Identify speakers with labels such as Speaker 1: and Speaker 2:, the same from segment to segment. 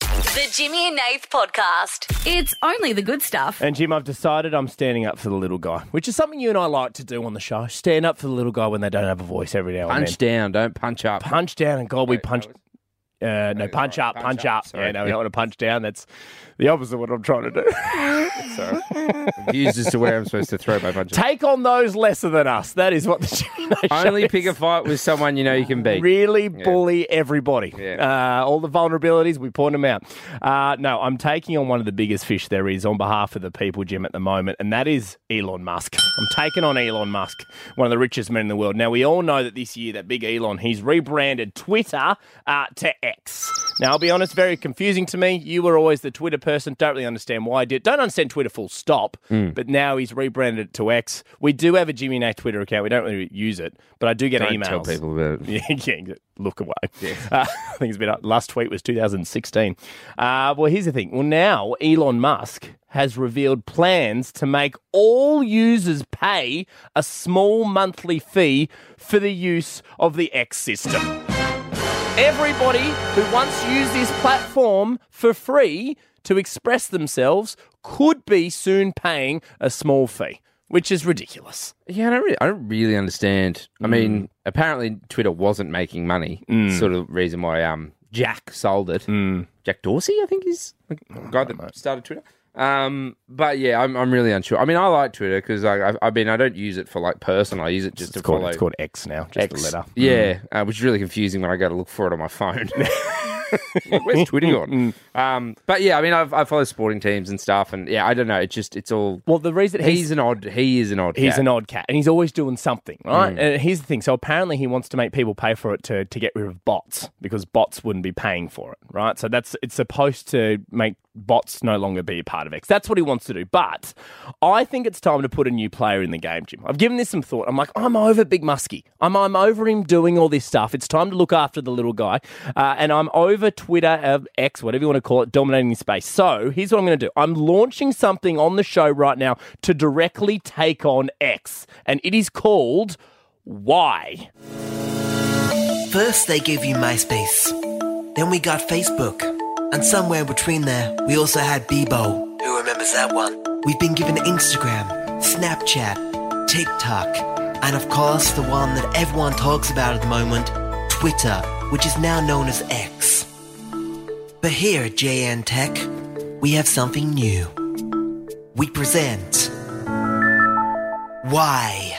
Speaker 1: The Jimmy and Nath Podcast.
Speaker 2: It's only the good stuff.
Speaker 3: And Jim, I've decided I'm standing up for the little guy, which is something you and I like to do on the show. Stand up for the little guy when they don't have a voice every now and
Speaker 4: Punch
Speaker 3: then.
Speaker 4: down, don't punch up.
Speaker 3: Punch down, and God, we punch. Uh, no, punch
Speaker 4: sorry,
Speaker 3: up,
Speaker 4: punch
Speaker 3: punch,
Speaker 4: up,
Speaker 3: up.
Speaker 4: sorry.
Speaker 3: Yeah, no, we
Speaker 4: Yeah.
Speaker 3: don't want to punch down. That's the opposite of what I'm trying to do.
Speaker 4: Used as to where I'm supposed to throw my punch.
Speaker 3: Take on those lesser than us. That is what the Jimmy and Nath
Speaker 4: Only
Speaker 3: show
Speaker 4: pick
Speaker 3: is.
Speaker 4: a fight with someone you know you can beat.
Speaker 3: Really bully everybody.
Speaker 4: Yeah.
Speaker 3: Uh, all the vulnerabilities, we point them out. Uh, no, I'm taking on one of the biggest fish there is on behalf of the people, Jim, at the moment, and that is Elon Musk. I'm taking on Elon Musk, one of the richest men in the world. Now, we all know that this year, that big Elon, he's rebranded Twitter uh, to X. Now, I'll be honest, very confusing to me. You were always the Twitter person. Don't really understand why I did. Don't understand Twitter full stop,
Speaker 4: Mm.
Speaker 3: but now he's rebranded it to X. We do have a Jimmy Nath Twitter account. We don't really use it, but I do get
Speaker 4: Don't
Speaker 3: emails.
Speaker 4: tell people about it.
Speaker 3: Yeah, yeah, yeah, look away. Uh, I think it's been up. Last tweet was 2016. Uh, well, here's the thing. Well, now Elon Musk has revealed plans to make all users pay a small monthly fee for the use of the X system. Everybody who once used this platform for free to express themselves could be soon paying a small fee, which is ridiculous.
Speaker 4: Yeah, I don't really, I don't really understand. I mean, apparently Twitter wasn't making money. Sort of reason why um Jack sold it. Jack Dorsey, I think, is the guy that started Twitter. Um, but yeah, I'm I'm really unsure. I mean, I like Twitter because I, I I mean I don't use it for like personal. I use it just to
Speaker 3: It's called,
Speaker 4: follow.
Speaker 3: it's called X now, just a letter. Mm.
Speaker 4: Yeah, uh, which is really confusing when I go to look for it on my phone. Where's Twitter gone?
Speaker 3: Mm.
Speaker 4: um, but yeah, I mean, I've, I follow sporting teams and stuff, and yeah, I don't know. It's just it's all.
Speaker 3: Well, the reason
Speaker 4: he's, an odd. He is an odd.
Speaker 3: He's
Speaker 4: cat.
Speaker 3: an odd cat, and he's always doing something,
Speaker 4: Hmm.
Speaker 3: right? And here's the thing: so apparently, he wants to make people pay for it to to get rid of bots because bots wouldn't be paying for it, right? So that's it's supposed to make bots no longer be a part of X. That's what he wants to do. But I think it's time to put a new player in the game, Jim. I've given this some thought. I'm like, I'm over Big Muskie. I'm I'm over him doing all this stuff. It's time to look after the little guy, uh, and I'm over Twitter uh, X, whatever you want to call it, dominating space. So here's what I'm going to do: I'm launching something on the show right now to directly take on X, and it is called Why.
Speaker 5: First, they gave you MySpace. Then we got Facebook. And somewhere between there, we also had Bebo. Who remembers that one? We've been given Instagram, Snapchat, TikTok, and of course, the one that everyone talks about at the moment, Twitter, which is now known as X. But here at JN Tech, we have something new. We present. Why?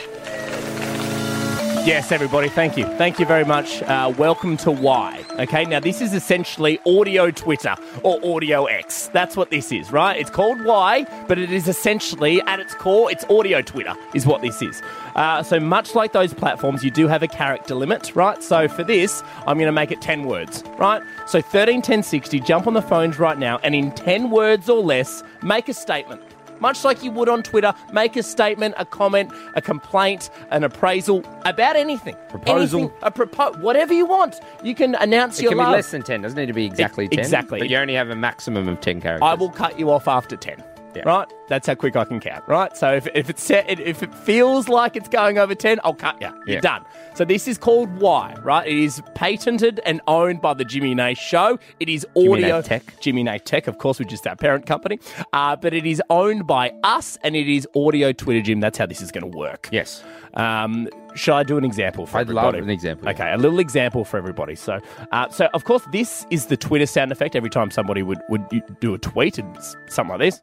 Speaker 3: Yes, everybody, thank you. Thank you very much. Uh, welcome to Why. Okay, now this is essentially audio Twitter or audio X. That's what this is, right? It's called Why, but it is essentially, at its core, it's audio Twitter, is what this is. Uh, so, much like those platforms, you do have a character limit, right? So, for this, I'm going to make it 10 words, right? So, 13, 10, 60, jump on the phones right now and in 10 words or less, make a statement. Much like you would on Twitter, make a statement, a comment, a complaint, an appraisal about anything.
Speaker 4: Proposal.
Speaker 3: Anything, a propo- whatever you want. You can announce
Speaker 4: It
Speaker 3: your
Speaker 4: can
Speaker 3: love.
Speaker 4: be less than ten. Doesn't need to be exactly ten.
Speaker 3: exactly.
Speaker 4: But you only have a maximum of ten characters.
Speaker 3: I will cut you off after 10.
Speaker 4: Yeah.
Speaker 3: Right? That's how quick I can count, right? So if, if, it's set, if it feels like it's going over 10, I'll cut you. You're
Speaker 4: Yeah.
Speaker 3: done. So this is called Why, right? It is patented and owned by the Jimmy Nay Show. It is
Speaker 4: Jimmy
Speaker 3: audio.
Speaker 4: Nath Tech.
Speaker 3: Jimmy Nay Tech, of course, which is our parent company. Uh, but it is owned by us and it is audio Twitter, Jim. That's how this is going to work.
Speaker 4: Yes.
Speaker 3: Um, should I do an example for
Speaker 4: I'd love
Speaker 3: everybody?
Speaker 4: an example.
Speaker 3: Okay, a little example for everybody. So, uh, so of course, this is the Twitter sound effect. Every time somebody would would you- do a tweet, and something like this.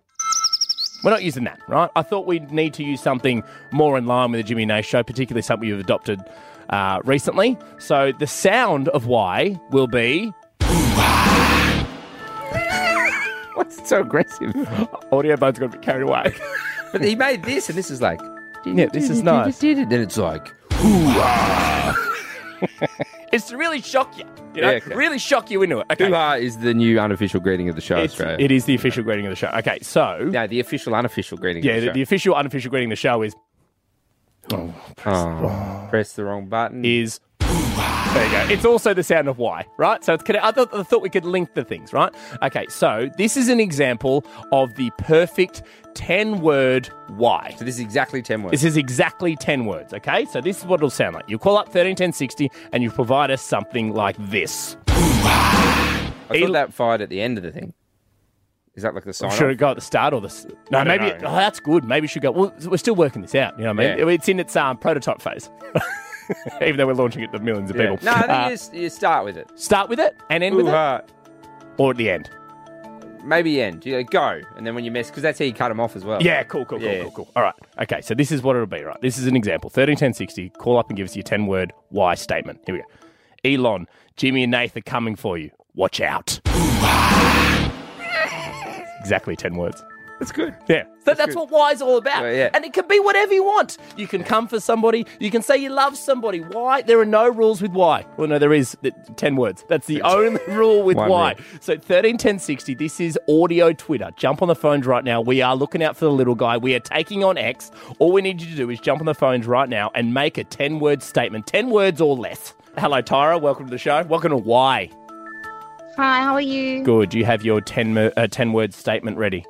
Speaker 3: We're not using that, right? I thought we'd need to use something more in line with the Jimmy Nay show, particularly something you've adopted uh, recently. So the sound of why will be
Speaker 4: What's it so aggressive?
Speaker 3: audio bone's going to be carried away.
Speaker 4: but he made this, and this is like.
Speaker 3: Yeah, this is nice.
Speaker 4: Then it's like.
Speaker 3: it's to really shock you, you know,
Speaker 4: Yeah, okay.
Speaker 3: really shock you into it. Okay.
Speaker 4: Hoo-ha is the new unofficial greeting of the show,
Speaker 3: It's-
Speaker 4: Australia.
Speaker 3: it is the official grading of the show. Okay, so
Speaker 4: No, the official unofficial greeting
Speaker 3: Yeah,
Speaker 4: of the
Speaker 3: the,
Speaker 4: show.
Speaker 3: the official unofficial greeting of the show is
Speaker 4: Oh, press the wrong button.
Speaker 3: is. There you go. It's also the sound of why, right? So it's connect- I thought, I thought we could link the things, right? Okay, so this is an example of the perfect ten-word why.
Speaker 4: So this is exactly 10 words.
Speaker 3: This is exactly 10 words, okay? So this is what it'll sound like. You call up 131060 and you provide us something like this.
Speaker 4: I thought that fired at the end of the thing. Is that like the sign?
Speaker 3: Should
Speaker 4: off?
Speaker 3: it go at the start or the? s- No,
Speaker 4: don't
Speaker 3: maybe
Speaker 4: know.
Speaker 3: oh, that's good. Maybe it should go. Well, we're still working this out. You know what I mean?
Speaker 4: Yeah.
Speaker 3: It's in its um, prototype phase, even though we're launching it to millions of
Speaker 4: Yeah.
Speaker 3: people.
Speaker 4: No, I think
Speaker 3: Uh,
Speaker 4: you, s- you start with it.
Speaker 3: start with it and end with
Speaker 4: Ooh,
Speaker 3: it,
Speaker 4: uh,
Speaker 3: or at the end.
Speaker 4: maybe end. You go, and then when you mess, because that's how you cut them off as well.
Speaker 3: Yeah, cool, cool, cool,
Speaker 4: Yeah.
Speaker 3: cool, cool. All right. Okay, so this is what it'll be, right? This is an example. 131060, call up and give us your 10 word why statement. Here we go. Elon, Jimmy and Nath are coming for you. Watch out. exactly 10 words.
Speaker 4: that's good.
Speaker 3: Yeah. So that's what why's all about.
Speaker 4: Yeah, yeah.
Speaker 3: And it can be whatever you want. You can come for somebody, you can say you love somebody. Why? There are no rules with why. Well, no, there is th- 10 words. That's the only rule with
Speaker 4: One
Speaker 3: why.
Speaker 4: rule.
Speaker 3: So 131060, this is audio Twitter. Jump on the phones right now. We are looking out for the little guy. We are taking on X. All we need you to do is jump on the phones right now and make a 10 word statement, 10 words or less. Hello, Tyra. Welcome to the show. Welcome to Why.
Speaker 6: Hi, how are you?
Speaker 3: Good. You have your 10, mo- uh, 10 word statement ready.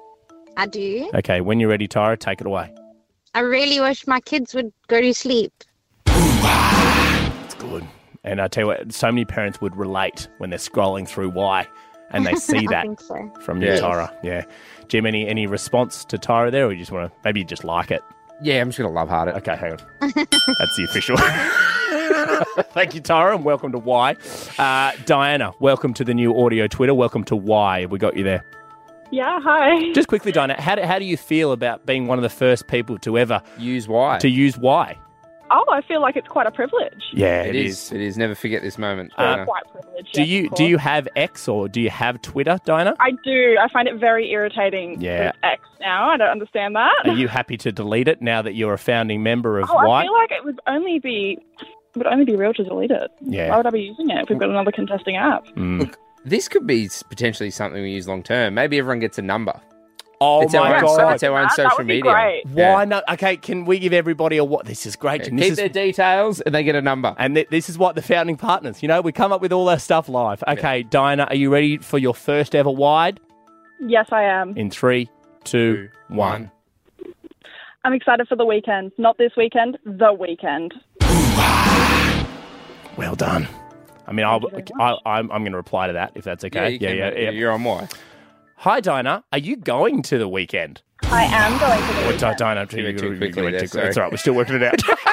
Speaker 6: I do.
Speaker 3: Okay, when you're ready, Tyra, take it away.
Speaker 6: I really wish my kids would go to sleep.
Speaker 3: Good. And I tell you what, so many parents would relate when they're scrolling through why and they see
Speaker 6: I
Speaker 3: that
Speaker 6: think so.
Speaker 3: from
Speaker 4: Yeah.
Speaker 3: you, Tyra. Yeah. Jim, any, any response to Tyra there, or you just want to maybe you just like it?
Speaker 4: Yeah, I'm just gonna love heart it.
Speaker 3: Okay, hang on. That's the official. Thank you, Tyra, and welcome to Why. Uh, Diana, welcome to the new audio Twitter. Welcome to Why. We got you there.
Speaker 7: Yeah, hi.
Speaker 3: Just quickly, Diana, how do, how do you feel about being one of the first people to ever
Speaker 4: Use why.
Speaker 3: to use Why?
Speaker 7: Oh, I feel like it's quite a privilege.
Speaker 3: Yeah,
Speaker 4: it is. It is. Never forget this moment. Diana.
Speaker 7: Quite privilege.
Speaker 3: Uh, Do
Speaker 7: yes,
Speaker 3: you
Speaker 7: of course.
Speaker 3: do you have X or do you have Twitter, Diana?
Speaker 7: I do. I find it very irritating.
Speaker 3: Yeah.
Speaker 7: with X now. I don't understand that.
Speaker 3: Are you happy to delete it now that you're a founding member of
Speaker 7: oh, I
Speaker 3: Why?
Speaker 7: feel like it would only be it would only be real to delete it.
Speaker 3: Yeah.
Speaker 7: Why would I be using it if we've got another contesting app?
Speaker 4: Mm. This could be s- potentially something we use long term. Maybe everyone gets a number.
Speaker 3: oh
Speaker 4: it's, our
Speaker 3: my
Speaker 4: own, so-
Speaker 3: god!
Speaker 4: it's our own
Speaker 7: That- that
Speaker 4: social
Speaker 7: would be
Speaker 4: media.
Speaker 7: great.
Speaker 4: Yeah.
Speaker 3: Why not? Okay, can we give everybody a what? This is great.
Speaker 4: Yeah,
Speaker 3: Jim.
Speaker 4: Keep
Speaker 3: This
Speaker 4: their
Speaker 3: is,
Speaker 4: details and they get a number.
Speaker 3: and th- this is what the founding partners. You know, we come up with all our stuff live. Okay, Diana, are you ready for your first ever wide?
Speaker 7: Yes, I am.
Speaker 3: In three,
Speaker 4: Two,
Speaker 3: two, one.
Speaker 4: one.
Speaker 7: I'm excited for the weekend. Not this weekend, the weekend.
Speaker 3: Well done. I mean, I'll,
Speaker 7: you very
Speaker 3: I, I'm, I'm going to reply to that if that's okay.
Speaker 4: you can, mate. You're on why.
Speaker 3: Hi, Diana. Are you going to the weekend?
Speaker 7: I am going to the
Speaker 3: Well,
Speaker 7: weekend.
Speaker 3: Di- Diana, you
Speaker 4: went too
Speaker 3: you
Speaker 4: quickly
Speaker 3: went
Speaker 4: there,
Speaker 3: too quick.
Speaker 4: sorry.
Speaker 3: It's all right. We're still working it out.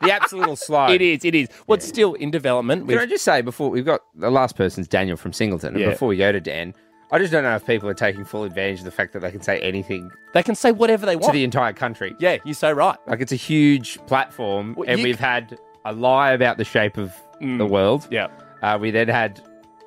Speaker 4: The app's a little slow.
Speaker 3: It is. It is. What's still in development?
Speaker 4: Can I
Speaker 3: We've-
Speaker 4: just say before we've got the last person's Daniel from Singleton, and
Speaker 3: Yeah.
Speaker 4: before we go to Dan, I just don't know if people are taking full advantage of the fact that they can say anything
Speaker 3: they can say whatever they
Speaker 4: to
Speaker 3: want.
Speaker 4: the entire country.
Speaker 3: yeah, you're so right.
Speaker 4: Like it's a huge platform,
Speaker 3: Well,
Speaker 4: and
Speaker 3: you- Mm.
Speaker 4: we've had a lie about the shape of the world.
Speaker 3: Yep.
Speaker 4: Uh, we then had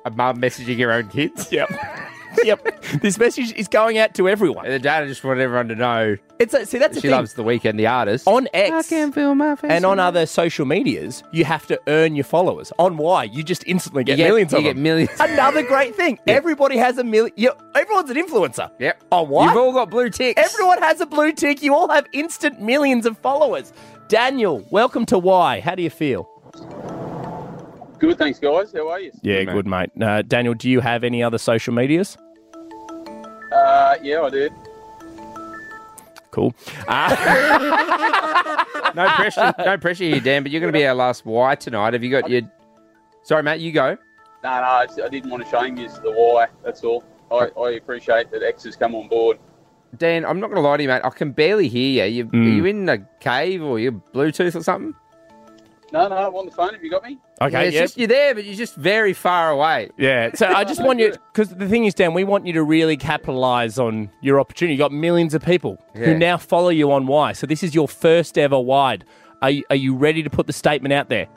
Speaker 4: a mum messaging her own kids.
Speaker 3: Yep. yep. This message is going out to everyone.
Speaker 4: And the dad just wanted everyone to know
Speaker 3: It's a, see, that's the
Speaker 4: she
Speaker 3: thing.
Speaker 4: loves the weekend, the artist.
Speaker 3: on X
Speaker 4: feel my face.
Speaker 3: and on other social medias, you have to earn your followers. On Y, you just instantly
Speaker 4: you
Speaker 3: get
Speaker 4: get,
Speaker 3: millions
Speaker 4: you
Speaker 3: of
Speaker 4: get
Speaker 3: them.
Speaker 4: millions.
Speaker 3: Another great thing. Everybody has a million. Everyone's an influencer.
Speaker 4: yep.
Speaker 3: On Y,
Speaker 4: You've all got blue ticks.
Speaker 3: everyone has a blue tick. You all have instant millions of followers. Daniel, welcome to Y. How do you feel?
Speaker 8: Good, thanks, guys. How are you?
Speaker 3: Yeah,
Speaker 4: Good,
Speaker 3: good, mate. Uh, Daniel, do you have any other social medias?
Speaker 8: Uh, yeah, I do.
Speaker 3: Cool.
Speaker 4: Ah. No pressure. no pressure here, Dan. But you're going to be our last why tonight. Have you got your? Sorry, Matt. You go.
Speaker 8: No, no, I, just- I didn't want to shame you the why. That's all. I, I appreciate that X has come on board.
Speaker 4: Dan, I'm not going to lie to you, mate. I can barely hear you. you
Speaker 3: Mm.
Speaker 4: Are you in a cave or you Bluetooth or something?
Speaker 8: No, no, I'm on the phone. Have you got me?
Speaker 4: Yeah,
Speaker 3: Okay,
Speaker 4: it's just you're there, but you're just very far away.
Speaker 3: Yeah. So I just want you, because the thing is, Dan, we want you to really capitalize on your opportunity. You've got millions of people who
Speaker 4: Yeah.
Speaker 3: now follow you on Y. So this is your first ever wide. Are you, are you ready to put the statement out there?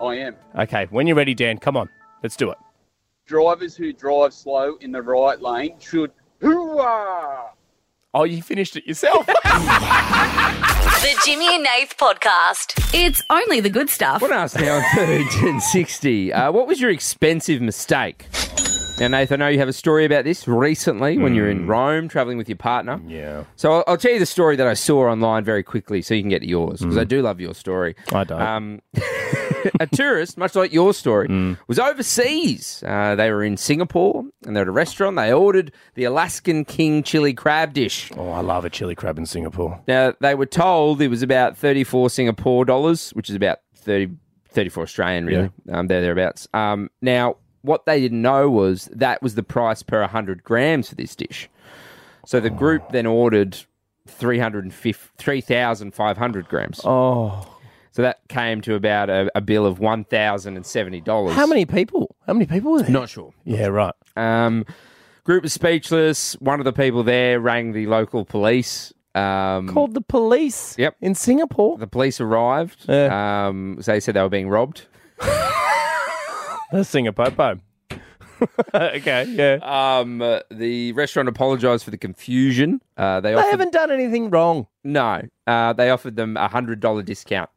Speaker 8: I am.
Speaker 3: Okay. When you're ready, Dan, come on. Let's do it.
Speaker 8: Drivers who drive slow in the right lane should hooah.
Speaker 3: Oh, you finished it yourself.
Speaker 1: The Jimmy and Nath Podcast.
Speaker 2: It's only the good stuff.
Speaker 4: What else now? Thirteen sixty. Uh, what was your expensive mistake? Now, Nathan, I know you have a story about this recently when you were in Rome traveling with your partner.
Speaker 3: Hmm. yeah.
Speaker 4: So I'll, I'll tell you the story that I saw online very quickly so you can get to yours because I do love your story.
Speaker 3: Hmm. I don't.
Speaker 4: Um, a tourist, much like your story,
Speaker 3: Hmm.
Speaker 4: was overseas. Uh, they were in Singapore and they're at a restaurant. They ordered the Alaskan King chili crab dish.
Speaker 3: Oh, I love a chili crab in Singapore.
Speaker 4: Now, they were told it was about 34 Singapore dollars, which is about 30, 34 Australian, really. Um, there, thereabouts. Um, now, what they didn't know was that was the price per 100 grams for this dish. So the group then ordered 350 3,500 grams.
Speaker 3: Oh,
Speaker 4: So that came to about a, a bill of $1,070.
Speaker 3: how many people? How many people were there?
Speaker 4: Not sure.
Speaker 3: Yeah, right.
Speaker 4: Um, group was speechless. One of the people there rang the local police. Um,
Speaker 3: Called the police.
Speaker 4: Yep.
Speaker 3: In Singapore.
Speaker 4: the police arrived.
Speaker 3: Yeah.
Speaker 4: Um, so they said they were being robbed.
Speaker 3: The Singapore Pope. okay. Yeah.
Speaker 4: Um, uh, the restaurant apologised for the confusion. Uh, they
Speaker 3: they
Speaker 4: offered,
Speaker 3: haven't done anything wrong
Speaker 4: no, uh, they offered them a hundred dollar discount.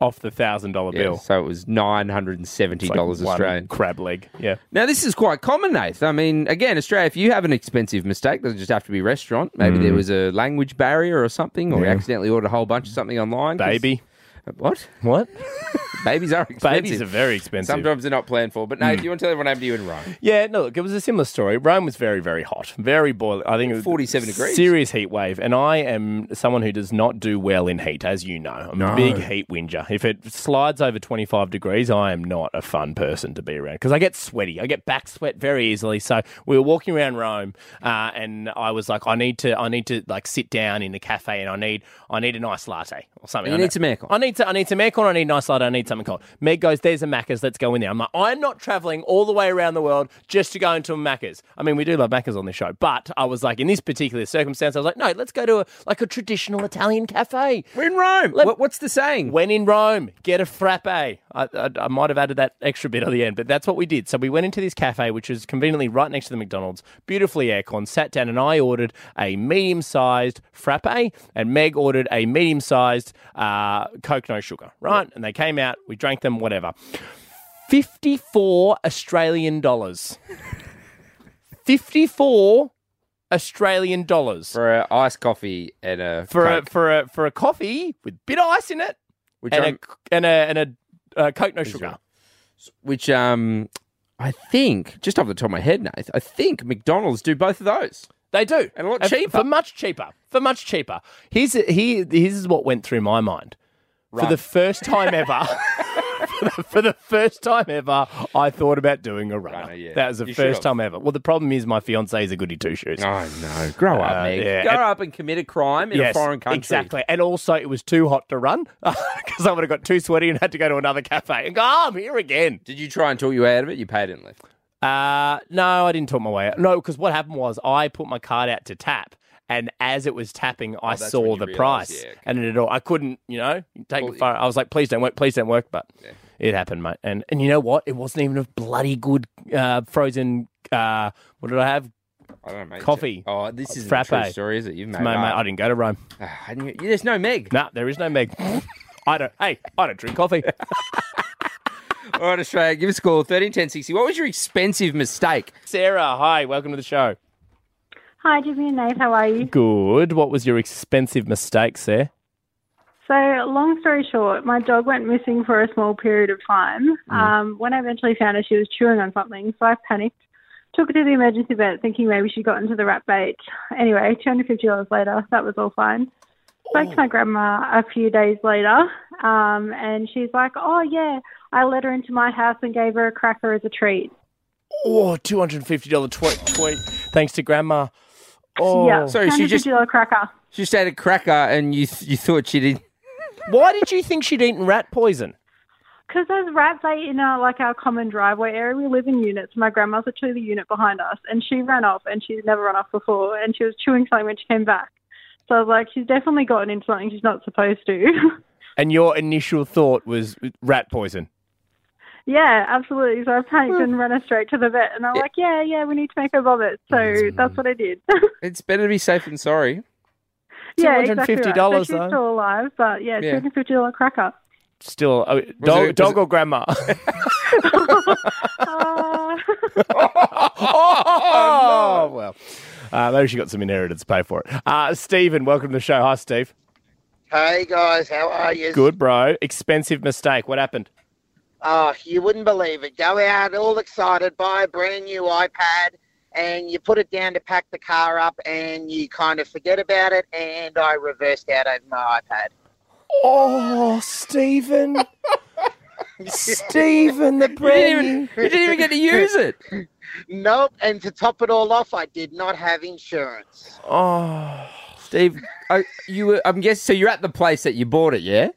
Speaker 3: off the thousand dollar
Speaker 4: Yeah,
Speaker 3: bill.
Speaker 4: so it was nine hundred and seventy
Speaker 3: Like
Speaker 4: dollars
Speaker 3: one
Speaker 4: Australian.
Speaker 3: crab leg. Yeah.
Speaker 4: Now this is quite common, Nath. I mean, again, Australia. If you have an expensive mistake, doesn't just have to be restaurant. Maybe
Speaker 3: Hmm.
Speaker 4: there was a language barrier or something, or you accidentally ordered a whole bunch of something online. 'cause-
Speaker 3: Baby.
Speaker 4: what?
Speaker 3: What?
Speaker 4: Babies are expensive.
Speaker 3: Babies are very expensive. Hmm.
Speaker 4: Sometimes they're not planned for. But no, you want to tell everyone what happened to you in Rome?
Speaker 3: Yeah, no, look, it was a similar story. Rome was very, very hot, very boiling. I think it was
Speaker 4: 47 degrees.
Speaker 3: serious heat wave. And I am someone who does not do well in heat, as you know. I'm a big heat whinger. If it slides over 25 degrees, I am not a fun person to be around because I get sweaty. I get back sweat very easily. So we were walking around Rome, uh, and I was like, I need to, I need to like sit down in a cafe, and I need, I need a nice latte or something.
Speaker 4: You
Speaker 3: I
Speaker 4: need
Speaker 3: know-
Speaker 4: some aircon.
Speaker 3: I need to, I need some aircon. I need nice light. I need something cold. Meg goes, "There's a Macca's. Let's go in there." I'm like, "I'm not traveling all the way around the world just to go into a Macca's." I mean, we do love Macca's on this show, but I was like, in this particular circumstance, I was like, "No, let's go to a, like a traditional Italian cafe."
Speaker 4: We're in Rome.
Speaker 3: Let-
Speaker 4: What- what's the saying?
Speaker 3: When in Rome, get a frappe. I, I, I might have added that extra bit at the end, but that's what we did. So we went into this cafe, which is conveniently right next to the McDonald's, beautifully aircon, sat down, and I ordered a medium sized frappe, and Meg ordered a medium sized uh, Coke no sugar, right? And they came out, we drank them, whatever. 54 Australian dollars. 54 Australian dollars.
Speaker 4: for an iced coffee and a
Speaker 3: For a,
Speaker 4: Coke,
Speaker 3: for, a, for a coffee with bit of ice in it,
Speaker 4: which,
Speaker 3: and
Speaker 4: I'm-
Speaker 3: a, and a and a uh, Coke no sugar.
Speaker 4: which um, I think just off the top of my head, Nath, I think McDonald's do both of those.
Speaker 3: They do,
Speaker 4: And a lot
Speaker 3: f-
Speaker 4: cheaper.
Speaker 3: for much cheaper. For much cheaper. Here's here here's what went through my mind. For the first time ever. for the- For the first time ever, I thought about doing a runner.
Speaker 4: Runner, yeah.
Speaker 3: That was the
Speaker 4: You should
Speaker 3: first
Speaker 4: have.
Speaker 3: time ever. Well, the problem is my fiance is a goody two shoes. Uh,
Speaker 4: Oh no, grow up, Meg.
Speaker 3: yeah.
Speaker 4: Grow up and commit a crime in a foreign country.
Speaker 3: Exactly. And also, it was too hot to run because I would have got too sweaty and had to go to another cafe and go, oh, I'm here again.
Speaker 4: Did you try and talk you out of it? You paid it and left.
Speaker 3: Uh, no, I didn't talk my way out. No, because what happened was I put my card out to tap, and as it was tapping, I
Speaker 4: Oh, that's
Speaker 3: saw
Speaker 4: when you
Speaker 3: the
Speaker 4: realise,
Speaker 3: price,
Speaker 4: yeah, okay.
Speaker 3: and it all I couldn't, you know, take
Speaker 4: Well,
Speaker 3: a photo. I was like, please don't work, please don't work, but it happened, mate. And and you know what? It wasn't even a bloody good uh, frozen. Uh, what did I have?
Speaker 4: I don't know, mate.
Speaker 3: Coffee.
Speaker 4: Oh, this is a
Speaker 3: Frappe.
Speaker 4: true story, is it? You've made
Speaker 3: Mate,
Speaker 4: it
Speaker 3: mate,
Speaker 4: up.
Speaker 3: I didn't go to Rome.
Speaker 4: Ah, and you- there's no Meg.
Speaker 3: Nah, there is no Meg. I don't. Hey, I don't drink coffee.
Speaker 4: All right, Australia, give us a call. 13 10 60. What was your expensive mistake?
Speaker 3: Sarah, hi, welcome to the show.
Speaker 7: Hi, Jimmy and Nate. How are you?
Speaker 3: Good. What was your expensive mistake, Sarah?
Speaker 7: So, long story short, my dog went missing for a small period of time.
Speaker 4: Mm.
Speaker 7: Um, when I eventually found her, she was chewing on something, so I panicked. Took her to the emergency vet thinking maybe she got into the rat bait. Anyway, $250 later, that was all fine. Spoke
Speaker 4: Oh.
Speaker 7: to my grandma a few days later, um, and she's like, Oh, yeah, I let her into my house and gave her a cracker as a treat.
Speaker 3: Oh, $250 tweet, tweet. Thanks to Grandma. Oh,
Speaker 7: yeah,
Speaker 4: sorry, she just-
Speaker 7: $250 cracker.
Speaker 4: She just had a cracker and you you thought she did.
Speaker 3: why did you think she'd eaten rat poison?
Speaker 7: Because there's rat bait in our like our common driveway area. We live in units. My grandma's literally the unit behind us, and she ran off, and she's never run off before, and she was chewing something when she came back. So I was like, she's definitely gotten into something she's not supposed to.
Speaker 3: And your initial thought was rat poison.
Speaker 7: yeah, absolutely. So I panicked and ran her straight to the vet, and I'm like, yeah, yeah, we need to make her vomit. So that's what I did.
Speaker 4: It's better to be safe than sorry.
Speaker 7: yeah, exactly. Right. So
Speaker 3: $250
Speaker 7: she's
Speaker 3: though.
Speaker 7: still alive, but yeah,
Speaker 4: Yeah.
Speaker 7: two hundred fifty dollar cracker.
Speaker 3: Still, oh,
Speaker 4: it-
Speaker 3: dog,
Speaker 4: was
Speaker 3: dog
Speaker 4: it-
Speaker 3: or Grandma?
Speaker 7: Uh,
Speaker 3: oh, well. Uh, maybe she got some inheritance to pay for it. Uh, Stephen, welcome to the show. Hi, Steve.
Speaker 9: Hey guys, how are you?
Speaker 3: Good, bro. Expensive mistake. What happened?
Speaker 9: Oh, you wouldn't believe it. Go out all excited, buy a brand new iPad, and you put it down to pack the car up, and you kind of forget about it. And I reversed out over my iPad.
Speaker 3: Oh, Stephen. Stephen, the brand new.
Speaker 4: You didn't even get to use it.
Speaker 9: Nope. And to top it all off, I did not have insurance.
Speaker 4: Oh, Steve, I, you were, I'm guessing. So you're at the place that you bought it, yeah?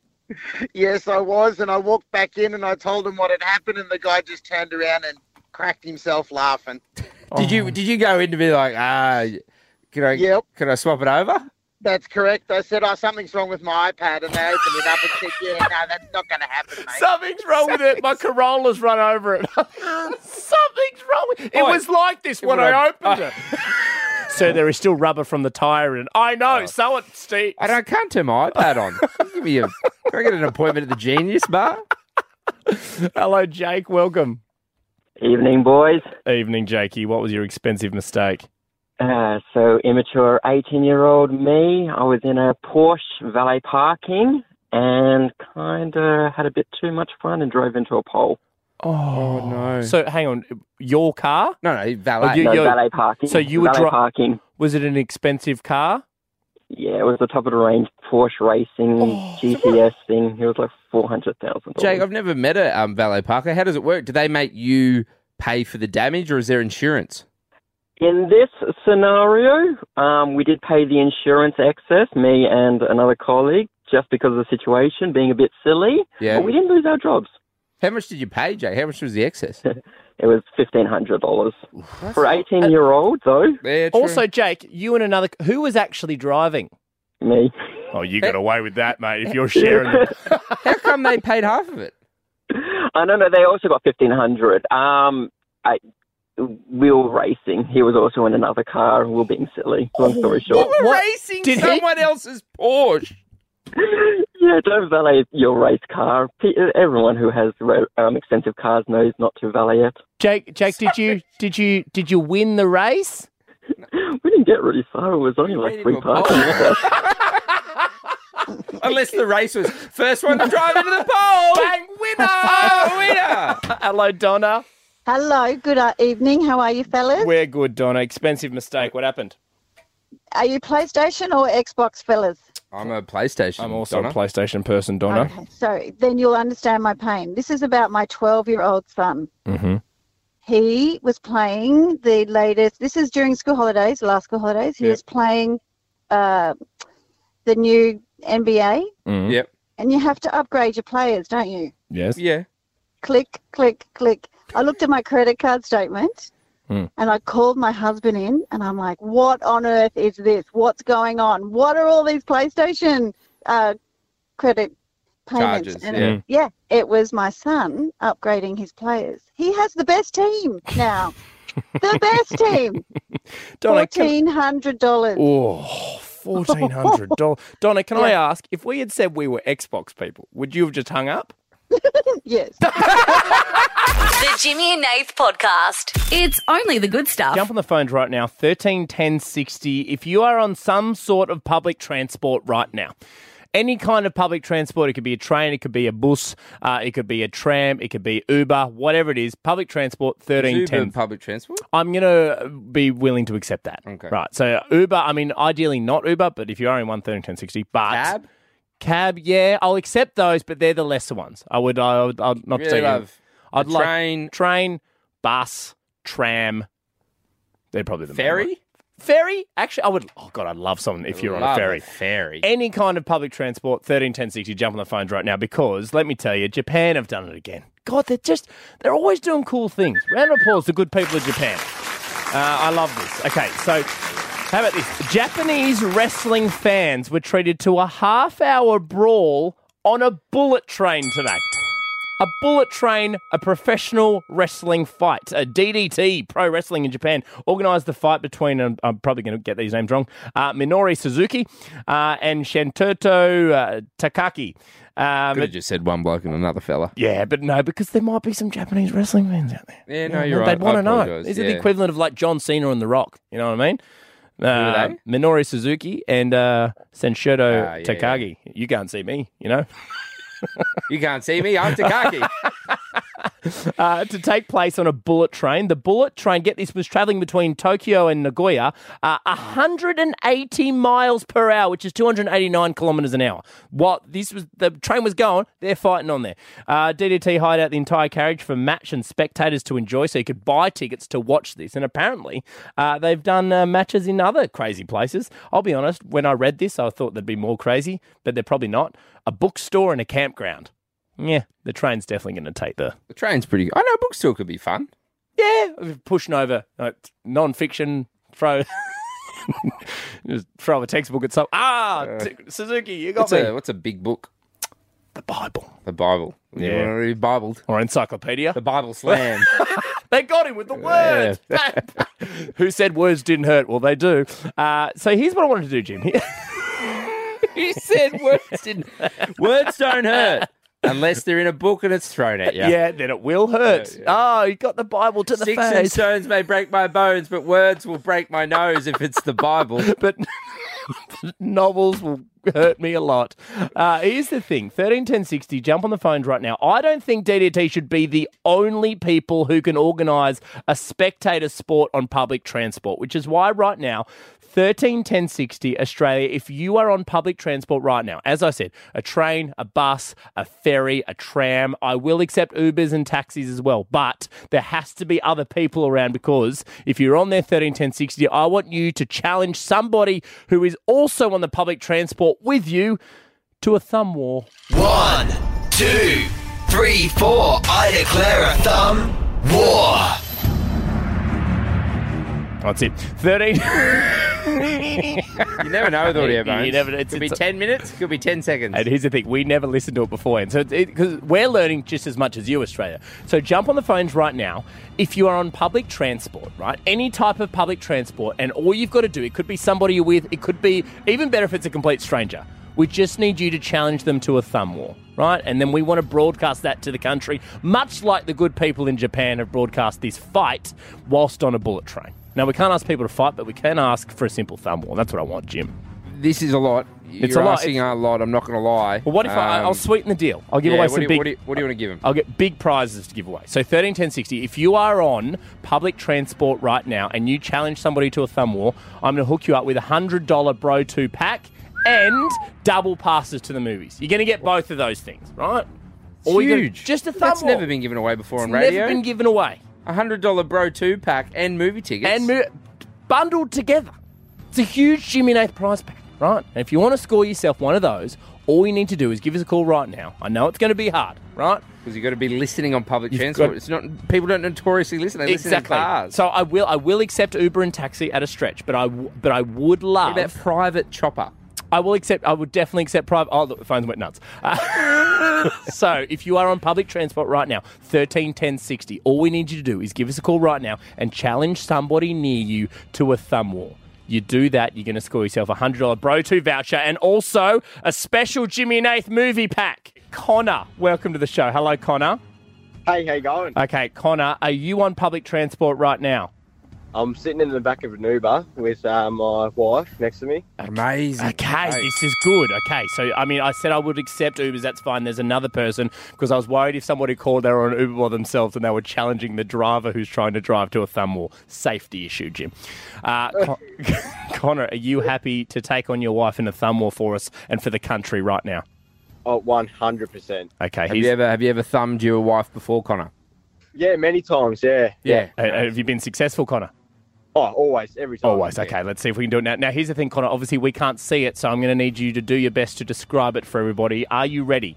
Speaker 9: Yes, I was. And I walked back in and I told him what had happened. And the guy just turned around and cracked himself laughing.
Speaker 4: Did
Speaker 3: Oh.
Speaker 4: you Did you go in to be like, ah, can I
Speaker 9: Yep.
Speaker 4: can I swap it over?
Speaker 9: That's correct. I said, oh, something's wrong with my iPad. And they opened it up and said, yeah, no, that's not going to happen, mate.
Speaker 3: Something's wrong with it. My Corolla's run over it. Something's wrong with it. It
Speaker 4: Oi.
Speaker 3: was like this when
Speaker 4: would
Speaker 3: I
Speaker 4: have-
Speaker 3: opened it. So there is still rubber from the oh. tyre in. I know. So it Steve.
Speaker 4: I, don't- I can't turn my iPad on. Give me a. Can I get an appointment at the Genius Bar?
Speaker 3: Hello, Jake. Welcome.
Speaker 10: Evening, boys.
Speaker 3: Evening, Jakey. What was your expensive mistake?
Speaker 10: Uh, so, immature 18 year old me, I was in a Porsche valet parking and kind of had a bit too much fun and drove into a pole.
Speaker 3: Oh,
Speaker 4: no.
Speaker 3: So hang on. Your car
Speaker 4: No, no, valet.
Speaker 3: Oh, you-
Speaker 10: No,
Speaker 3: Yo-
Speaker 10: valet parking.
Speaker 3: so you were
Speaker 10: valet
Speaker 3: dri-
Speaker 10: parking.
Speaker 3: was it an expensive car?
Speaker 10: Yeah, it was the top of the range Porsche
Speaker 4: Oh,
Speaker 10: racing GTS thing. It was like four hundred thousand.
Speaker 4: Jake, I've never met a um, valet parker. How does it work? Do they make you pay for the damage, or is there insurance?
Speaker 10: In this scenario, um, we did pay the insurance excess, me and another colleague, just because of the situation being a bit silly.
Speaker 4: Yeah.
Speaker 10: But we didn't lose our jobs.
Speaker 4: How much did you pay, Jake? How much was the excess?
Speaker 10: It was fifteen hundred dollars for eighteen year old though.
Speaker 4: Yeah, true.
Speaker 3: Also, Jake, you and another. Who was actually driving?
Speaker 10: Me,
Speaker 3: Oh, you got away with that, mate. If you're sharing,
Speaker 4: how come they paid half of it?
Speaker 10: I don't know. They also got fifteen hundred. Um, I we were racing. He was also in another car. We were being silly. Long story short,
Speaker 4: We're
Speaker 3: What?
Speaker 4: racing
Speaker 3: Did he-
Speaker 4: someone else's Porsche.
Speaker 10: yeah, don't valet your race car. Pe- Everyone who has ra- um, expensive cars knows not to valet it.
Speaker 3: Jake, Jake, did you did you did you win the race?
Speaker 10: We didn't get really far. It was only like three parts.
Speaker 4: Unless the race was first one to drive into the pole. Bang, winner! Oh, winner!
Speaker 3: Hello, Donna.
Speaker 11: Hello, good uh, evening. How are you, fellas?
Speaker 3: We're good, Donna. Expensive mistake. What happened?
Speaker 11: Are you PlayStation or Xbox, fellas?
Speaker 4: I'm a PlayStation.
Speaker 3: I'm also
Speaker 4: Donna.
Speaker 3: a PlayStation person, Donna.
Speaker 11: Okay, so then you'll understand my pain. This is about my 12 year old son.
Speaker 3: Mhm.
Speaker 11: He was playing the latest, this is during school holidays, last school holidays. He
Speaker 4: Yeah.
Speaker 11: was playing uh, the new NBA,
Speaker 3: Mm.
Speaker 4: Yep.
Speaker 11: and you have to upgrade your players, don't you?
Speaker 3: Yes.
Speaker 4: Yeah.
Speaker 11: click, click, click. I looked at my credit card statement
Speaker 3: Hmm.
Speaker 11: and I called my husband in and I'm like, what on earth is this? What's going on? What are all these PlayStation uh, credit payments?
Speaker 4: Charges,
Speaker 11: and yeah. it was my son upgrading his players. He has the best team now. the best team.
Speaker 3: Donna, can,
Speaker 11: $1,400.
Speaker 3: oh, fourteen hundred dollars. Donna, can I ask if we had said we were Xbox people, would you have just hung up?
Speaker 11: Yes.
Speaker 1: The Jimmy and Nath Podcast.
Speaker 2: It's only the good stuff.
Speaker 3: Jump on the phones right now, 13 10 60. If you are on some sort of public transport right now, any kind of public transport, it could be a train, it could be a bus, uh, it could be a tram, it could be Uber, whatever it is, public transport, 13
Speaker 4: Uber
Speaker 3: 10.
Speaker 4: public transport.
Speaker 3: I'm going to be willing to accept that.
Speaker 4: Okay.
Speaker 3: Right. So Uber, I mean, ideally not Uber, but if you are in one, 13 10 60, but
Speaker 4: Cab.
Speaker 3: Cab, yeah, I'll accept those, but they're the lesser ones. I would, I would, I'd not
Speaker 4: Really
Speaker 3: say-
Speaker 4: love.
Speaker 3: I'd
Speaker 4: the
Speaker 3: like
Speaker 4: train.
Speaker 3: train, bus, tram. They're probably the main ones.
Speaker 4: Ferry.
Speaker 3: Ferry? Actually, I would. Oh god, I'd love someone if you're on a
Speaker 4: Love
Speaker 3: ferry.
Speaker 4: Ferry.
Speaker 3: Any kind of public transport, thirteen ten sixty. Jump on the phones right now because let me tell you, Japan have done it again. God, they're just they're always doing cool things. Round of applause to good people of Japan. Uh, I love this. Okay, so. How about this? Japanese wrestling fans were treated to a half hour brawl on a bullet train today. A bullet train, a professional wrestling fight. Uh, A DDT, pro wrestling in Japan, organised the fight between, um, I'm probably going to get these names wrong, uh, Minori Suzuki uh, and Shantoto uh, Takaki. Um,
Speaker 4: Could have just said one bloke and another fella.
Speaker 3: yeah, but no, because there might be some Japanese wrestling fans out there.
Speaker 4: Yeah,
Speaker 3: You
Speaker 4: no,
Speaker 3: know,
Speaker 4: you're right.
Speaker 3: They'd want
Speaker 4: I
Speaker 3: to know.
Speaker 4: apologise,
Speaker 3: These are
Speaker 4: yeah.
Speaker 3: the equivalent of like John Cena and The Rock. You know what I mean? Uh, Minoru Suzuki and uh, Senshoto
Speaker 4: Ah, yeah,
Speaker 3: Takagi. You can't see me, you know?
Speaker 4: You can't see me. I'm Takaki.
Speaker 3: uh, to take place on a bullet train. The bullet train, get this, was traveling between Tokyo and Nagoya uh, 180 miles per hour, which is 289 kilometres an hour. What this was, the train was going. They're fighting on there. Uh, DDT hired out the entire carriage for match and spectators to enjoy, so you could buy tickets to watch this. And apparently, uh, they've done uh, matches in other crazy places. I'll be honest. When I read this, I thought they'd be more crazy, but they're probably not. A bookstore and a campground. Yeah, the train's definitely going to take the.
Speaker 4: The train's pretty. I know bookstore could be fun.
Speaker 3: Yeah, pushing over like, non-fiction. Throw, just throw a textbook at some. Ah, t- Suzuki, you
Speaker 4: Uh,
Speaker 3: got
Speaker 4: what's
Speaker 3: me.
Speaker 4: A, what's a big book?
Speaker 3: The Bible.
Speaker 4: The Bible. You
Speaker 3: Yeah.
Speaker 4: wanna read Bibled.
Speaker 3: Or encyclopedia.
Speaker 4: The Bible slam.
Speaker 3: they got him with the words. Who said words didn't hurt? Well, they do. Uh, so here's what I wanted to do, Jim.
Speaker 4: you said words didn't. Words don't hurt unless they're in a book and it's thrown at you.
Speaker 3: Yeah, then it will hurt. Oh, you got the Bible to the
Speaker 4: Sticks and
Speaker 3: face.
Speaker 4: stones may break my bones, but words will break my nose if it's the Bible.
Speaker 3: but novels will hurt me a lot. Uh, here's the thing 131060, jump on the phones right now. I don't think DDT should be the only people who can organise a spectator sport on public transport, which is why right now. 131060 Australia. If you are on public transport right now, as I said, a train, a bus, a ferry, a tram, I will accept Ubers and taxis as well, but there has to be other people around because if you're on there 131060, I want you to challenge somebody who is also on the public transport with you to a thumb war.
Speaker 5: One, two, three, four. I declare a thumb war.
Speaker 3: That's it. 13.
Speaker 4: You never know with audio bones.
Speaker 3: You never- it's-
Speaker 4: could be
Speaker 3: it's-
Speaker 4: ten minutes, could be ten seconds.
Speaker 3: And here's the thing: we never listened to it beforehand, so because we're learning just as much as you, Australia. So jump on the phones right now if you are on public transport, right? Any type of public transport, and all you've got to do—it could be somebody you're with, it could be even better if it's a complete stranger. We just need you to challenge them to a thumb war, right? And then we want to broadcast that to the country, much like the good people in Japan have broadcast this fight whilst on a bullet train. Now we can't ask people to fight, but we can ask for a simple thumb war. That's what I want, Jim.
Speaker 4: This is a lot.
Speaker 3: It's
Speaker 4: You're
Speaker 3: a lot.
Speaker 4: asking a lot. I'm not going to lie.
Speaker 3: Well, what if I,
Speaker 4: Um,
Speaker 3: I'll sweeten the deal? I'll give
Speaker 4: yeah,
Speaker 3: away
Speaker 4: what
Speaker 3: some
Speaker 4: do you-
Speaker 3: big.
Speaker 4: what do you- what do you wanna give 'em?
Speaker 3: I'll get big prizes to give away. So thirteen ten sixty. If you are on public transport right now and you challenge somebody to a thumb war, I'm going to hook you up with a hundred dollar Bro Two pack and double passes to the movies. You're going to get both of those things, right? Or you're gonna-
Speaker 4: huge.
Speaker 3: Just a thumb
Speaker 4: That's
Speaker 3: war.
Speaker 4: never been given away before on
Speaker 3: It's never
Speaker 4: radio.
Speaker 3: been given away.
Speaker 4: A hundred dollar bro two pack and movie tickets
Speaker 3: and mo- bundled together. It's a huge Jimmy Nath prize pack, right? And if you want to score yourself one of those, all you need to do is give us a call right now. I know it's going to be hard, right?
Speaker 4: because you've got to be listening on public
Speaker 3: You've
Speaker 4: transport.
Speaker 3: got-
Speaker 4: It's not people don't notoriously listen. They
Speaker 3: exactly.
Speaker 4: listen in cars.
Speaker 3: So I will I will accept Uber and taxi at a stretch, but I w- but I would love
Speaker 4: about private chopper.
Speaker 3: I will accept. I would definitely accept private. Oh, look, the phones went nuts. Uh, so if you are on public transport right now, thirteen ten sixty. All we need you to do is give us a call right now and challenge somebody near you to a thumb war. You do that, you're going to score yourself a hundred dollar Bro Two voucher and also a special Jimmy and Nath movie pack. Connor, welcome to the show. Hello, Connor.
Speaker 12: Hey, how you going?
Speaker 3: Okay, Connor, are you on public transport right now?
Speaker 12: I'm sitting in the back of an Uber with uh, my wife next to me.
Speaker 4: Amazing.
Speaker 3: Okay, this is good. Okay, so I mean, I said I would accept Ubers. That's fine. There's another person because I was worried if somebody called, they were on Uber by themselves and they were challenging the driver who's trying to drive to a thumb war. Safety issue, Jim. Uh, Con- Connor, are you happy to take on your wife in a thumb war for us and for the country right now?
Speaker 12: Oh, 100%.
Speaker 3: Okay.
Speaker 4: Have you ever have you ever thumbed your wife before, Connor?
Speaker 12: Yeah, many times, yeah.
Speaker 4: Yeah.
Speaker 3: Uh, have you been successful, Connor?
Speaker 12: Oh, always, every time.
Speaker 3: Always. Okay, let's see if we can do it now. Now, here's the thing, Connor. Obviously, we can't see it, so I'm going to need you to do your best to describe it for everybody. Are you ready?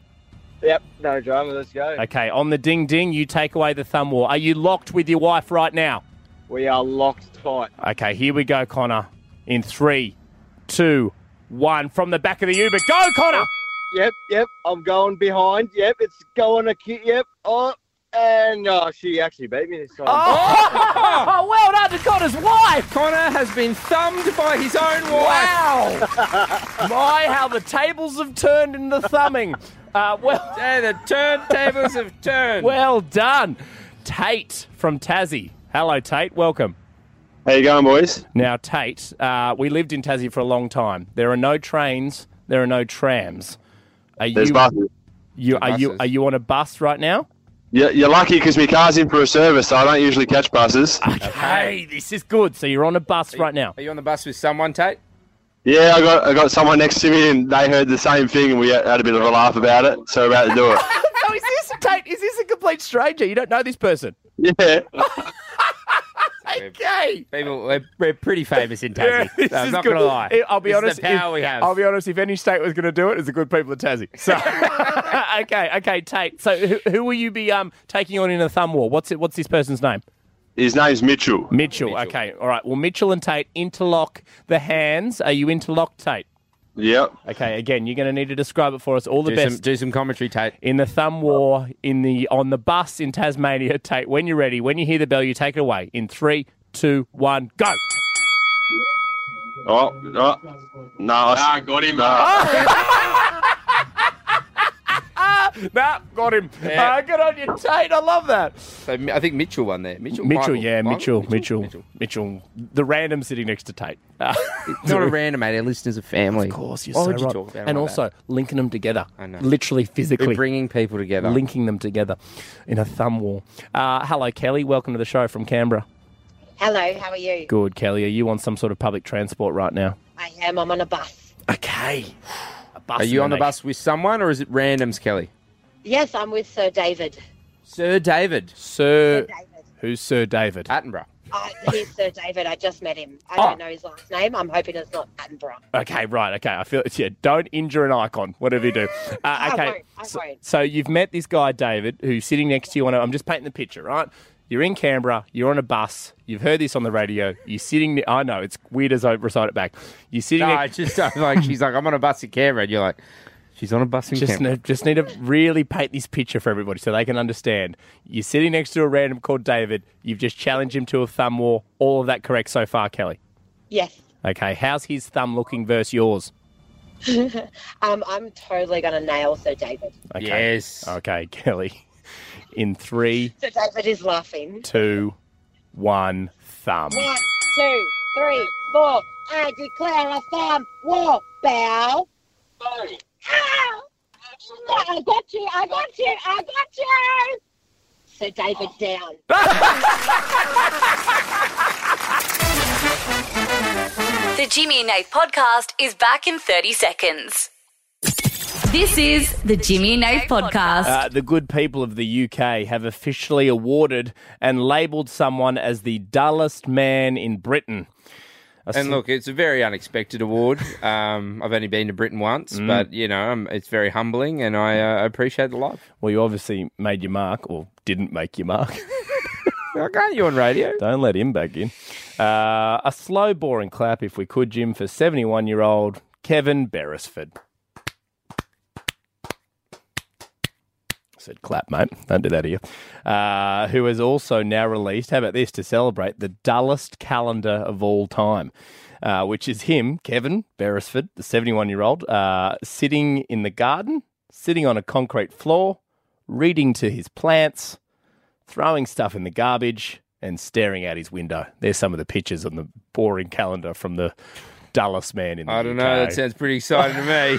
Speaker 12: Yep, no drama, let's go.
Speaker 3: Okay, on the ding ding, you take away the thumb war. Are you locked with your wife right now?
Speaker 12: We are locked tight.
Speaker 3: Okay, here we go, Connor. In three, two, one. From the back of the Uber. Go, Connor!
Speaker 12: Yep, yep, I'm going behind. Yep, it's going a cute. Yep, oh, and oh, she actually beat me this time.
Speaker 3: Oh, well done to Connor's wife!
Speaker 4: Connor has been thumbed by his own wife.
Speaker 3: Wow! My, how the tables have turned in the thumbing. Uh, well,
Speaker 4: Yeah, the turntables have turned.
Speaker 3: well done. Tate from Tassie. Hello, Tate. Welcome.
Speaker 13: How you going, boys?
Speaker 3: Now, Tate, uh, we lived in Tassie for a long time. There are no trains. There are no trams. Are
Speaker 13: There's
Speaker 3: you,
Speaker 13: buses.
Speaker 3: You, are you
Speaker 13: Buses.
Speaker 3: are you on a bus right now?
Speaker 13: You're, you're lucky because my car's in for a service, so I don't usually catch buses.
Speaker 3: Hey, this is good. So you're on a bus right now.
Speaker 4: Are you on the bus with someone, Tate?
Speaker 13: Yeah, I got I got someone next to me, and they heard the same thing, and we had had a bit of a laugh about it. So we're about to do it.
Speaker 3: Oh, is this Tate? Is this a complete stranger? You don't know this person.
Speaker 13: Yeah.
Speaker 3: okay.
Speaker 4: People, we're, we're pretty famous in Tassie.
Speaker 3: This
Speaker 4: so I'm
Speaker 3: is
Speaker 4: not
Speaker 3: good.
Speaker 4: gonna lie.
Speaker 3: I- I'll be
Speaker 4: This is
Speaker 3: honest.
Speaker 4: the power
Speaker 3: if,
Speaker 4: we have.
Speaker 3: I'll be honest. If any state was going to do it, it's the good people of Tassie. So, okay, okay, Tate. So, who, who will you be um taking on in a thumb war? What's it? What's this person's name?
Speaker 13: His name's Mitchell.
Speaker 3: Mitchell. Okay. All right. Well, Mitchell and Tate interlock the hands. Are you interlocked, Tate?
Speaker 13: Yep.
Speaker 3: Okay. Again, you're going to need to describe it for us. All the
Speaker 4: Do some-
Speaker 3: best.
Speaker 4: do some commentary, Tate.
Speaker 3: In the thumb war, in the on the bus in Tasmania, Tate. When you're ready, when you hear the bell, you take it away. In three, two, one, go.
Speaker 13: Oh, oh. no. uh. I got him.
Speaker 3: Ah, nah, got him.
Speaker 4: Yeah.
Speaker 3: Ah, good on you, Tate. I love that.
Speaker 4: So Mi- I think Mitchell won there. Mitchell.
Speaker 3: Mitchell,
Speaker 4: Michael,
Speaker 3: yeah,
Speaker 4: Michael?
Speaker 3: Mitchell, Mitchell, Mitchell, The random sitting next to Tate. Ah.
Speaker 4: Not a random, mate. Our listeners are family. Of course,
Speaker 3: You're
Speaker 4: Why
Speaker 3: so
Speaker 4: would you
Speaker 3: right.
Speaker 4: talk about it
Speaker 3: and
Speaker 4: like
Speaker 3: also
Speaker 4: that?
Speaker 3: linking them together.
Speaker 4: I know.
Speaker 3: Literally, physically.
Speaker 4: We're bringing people together.
Speaker 3: Linking them together in a thumb war. Uh, hello, Kelly. Welcome to the show from Canberra.
Speaker 14: Hello, how are you?
Speaker 3: Good, Kelly. Are you on some sort of public transport right now?
Speaker 14: I am. I'm on a bus.
Speaker 3: Okay.
Speaker 4: Are you on the bus with someone, or is it randoms, Kelly?
Speaker 14: Yes, I'm with Sir David.
Speaker 4: Sir David.
Speaker 3: Sir. Who's Sir David?
Speaker 4: Attenborough.
Speaker 14: I, he's Sir David. I just met him. I
Speaker 3: Oh.
Speaker 14: don't know his last name. I'm hoping it's not Attenborough.
Speaker 3: Okay, right. Okay, I feel yeah. Don't injure an icon, whatever you do. Uh,
Speaker 14: I
Speaker 3: okay,
Speaker 14: won't, I
Speaker 3: so,
Speaker 14: won't.
Speaker 3: so you've met this guy David, who's sitting next to you on. A, I'm just painting the picture, right? You're in Canberra. You're on a bus. You've heard this on the radio. You're sitting. ne- I know it's weird as I recite it back. You're sitting.
Speaker 4: No,
Speaker 3: next-
Speaker 4: it's just I'm like she's like I'm on a bus in Canberra, and you're like she's on a bus in
Speaker 3: just
Speaker 4: Canberra.
Speaker 3: need, just need to really paint this picture for everybody so they can understand. You're sitting next to a random called David. You've just challenged him to a thumb war. All of that correct so far, Kelly.
Speaker 14: Yes.
Speaker 3: Okay, how's his thumb looking versus yours?
Speaker 14: um, I'm totally going to nail Sir David.
Speaker 3: Okay. Yes. Okay, Kelly. In three,
Speaker 14: Sir David is laughing.
Speaker 3: two, one, thumb.
Speaker 14: One, two, three, four. I declare a thumb war. Bow. Bow. I got you. I got you. I got you. Sir David down.
Speaker 1: The Jimmy and Nath podcast is back in 30 seconds.
Speaker 2: This is the Jimmy and Nath podcast.
Speaker 3: Uh, the good people of the UK have officially awarded and labelled someone as the dullest man in Britain. A
Speaker 4: And
Speaker 3: sl-
Speaker 4: look, it's a very unexpected award. Um, I've only been to Britain once,
Speaker 3: Mm.
Speaker 4: but you know, um, it's very humbling, and I uh, appreciate the love.
Speaker 3: Well, you obviously made your mark, or didn't make your mark.
Speaker 4: I can't you on radio?
Speaker 3: Don't let him back in. Uh, a slow, boring clap, if we could, Jim, for 71 year old Kevin Beresford. Said clap, mate. Don't do that here. Uh, who has also now released, how about this, to celebrate the dullest calendar of all time, uh, which is him, Kevin Beresford, the 71 year old, uh, sitting in the garden, sitting on a concrete floor, reading to his plants, throwing stuff in the garbage and staring out his window. There's some of the pictures on the boring calendar from the dullest man in the
Speaker 4: I don't
Speaker 3: UK.
Speaker 4: know. That sounds pretty exciting to me.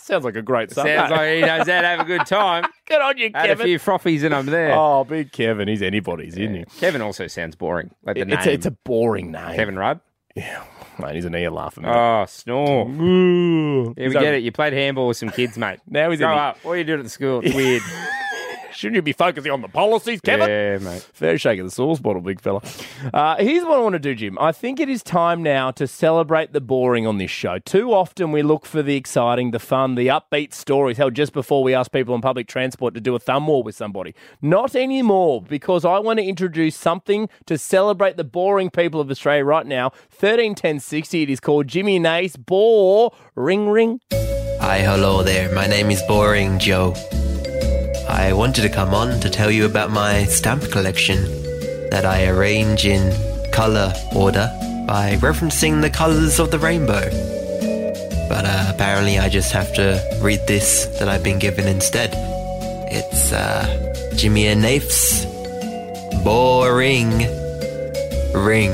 Speaker 3: Sounds like a great Sunday.
Speaker 4: Sounds like he knows how to have a good time.
Speaker 3: Good on you,
Speaker 4: Had a
Speaker 3: Kevin.
Speaker 4: few frothies and I'm there.
Speaker 3: Oh, big Kevin. He's anybody's, isn't he?
Speaker 4: Kevin also sounds boring. Like the
Speaker 3: It- it's, a,
Speaker 4: name.
Speaker 3: it's a boring name.
Speaker 4: Kevin Rudd.
Speaker 3: Mate, he's an ear laughing.
Speaker 4: Oh, snore. Yeah, we
Speaker 3: He's
Speaker 4: get
Speaker 3: over-
Speaker 4: it. You played handball with some kids, mate.
Speaker 3: Now he's in
Speaker 4: Grow
Speaker 3: the-
Speaker 4: up. What are you doing at the school? It's weird.
Speaker 3: Shouldn't you be focusing on the policies, Kevin?
Speaker 4: Yeah, mate.
Speaker 3: Fair shake of the sauce bottle, big fella. Uh, here's what I want to do, Jim. I think it is time now to celebrate the boring on this show. Too often we look for the exciting, the fun, the upbeat stories. Hell, just before we ask people on public transport to do a thumb war with somebody. Not anymore, because I want to introduce something to celebrate the boring people of Australia right now. 131060, it is called Jimmy Nace Bore Ring Ring.
Speaker 5: Hi, hello there. My name is Boring Joe. I wanted to come on to tell you about my stamp collection that I arrange in color order by referencing the colors of the rainbow. But uh, apparently, I just have to read this that I've been given instead. It's uh, Jimmy and Naif's Boring Ring.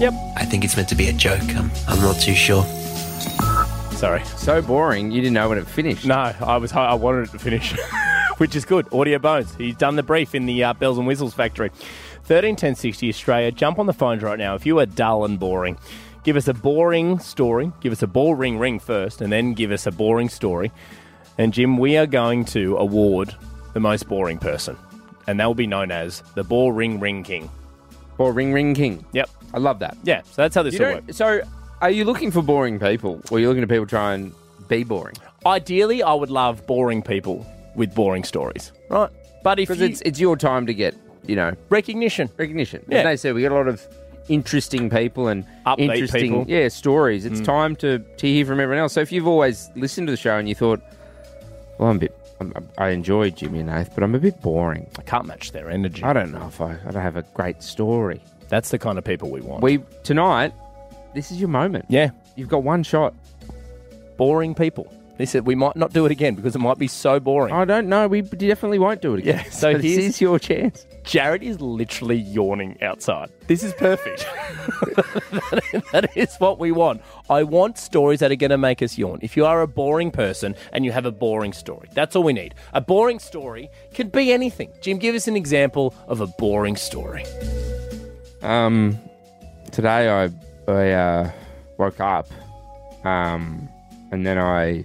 Speaker 3: Yep.
Speaker 5: I think it's meant to be a joke. I'm, I'm not too sure.
Speaker 3: Sorry.
Speaker 4: So boring. You didn't know when it finished.
Speaker 3: No, I was. I wanted it to finish. which is good. Audio Bones. He's done the brief in the uh, Bells and Whistles factory. 13 10 60 Australia. Jump on the phones right now. If you are dull and boring, give us a boring story. Give us a boring ring first, and then give us a boring story. And Jim, we are going to award the most boring person, and that will be known as the boring ring king.
Speaker 4: Boring ring king.
Speaker 3: Yep,
Speaker 4: I love that.
Speaker 3: Yeah, so that's how this
Speaker 4: You
Speaker 3: will work.
Speaker 4: don't- So, are you looking for boring people, or are you looking to people try and be boring?
Speaker 3: Ideally, I would love boring people with boring stories. Right. But if
Speaker 4: because
Speaker 3: you-
Speaker 4: it's it's your time to get you know
Speaker 3: recognition,
Speaker 4: recognition.
Speaker 3: Yeah.
Speaker 4: As they said, we got a lot of interesting people and
Speaker 3: Upbeat
Speaker 4: interesting
Speaker 3: people.
Speaker 4: yeah stories. It's
Speaker 3: Mm.
Speaker 4: time to to hear from everyone else. So if you've always listened to the show and you thought, well, I'm a bit. I'm, I'm- I enjoy Jimmy and Nath, but I'm a bit boring. I
Speaker 3: can't match their energy.
Speaker 4: I don't know if I, I don't have a great story.
Speaker 3: That's the kind of people we want.
Speaker 4: We tonight, this is your moment.
Speaker 3: Yeah,
Speaker 4: you've got one shot.
Speaker 3: Boring people. This is, we might not do it again because it might be so boring.
Speaker 4: I don't know. We definitely won't do it again.
Speaker 3: Yeah, so
Speaker 4: So this
Speaker 3: here's
Speaker 4: is your chance.
Speaker 3: Jared is literally yawning outside. This is perfect. that is what we want. I want stories that are going to make us yawn. If you are a boring person and you have a boring story, that's all we need. A boring story could be anything. Jim, give us an example of a boring story.
Speaker 4: Um, today I I uh, woke up, um, and then I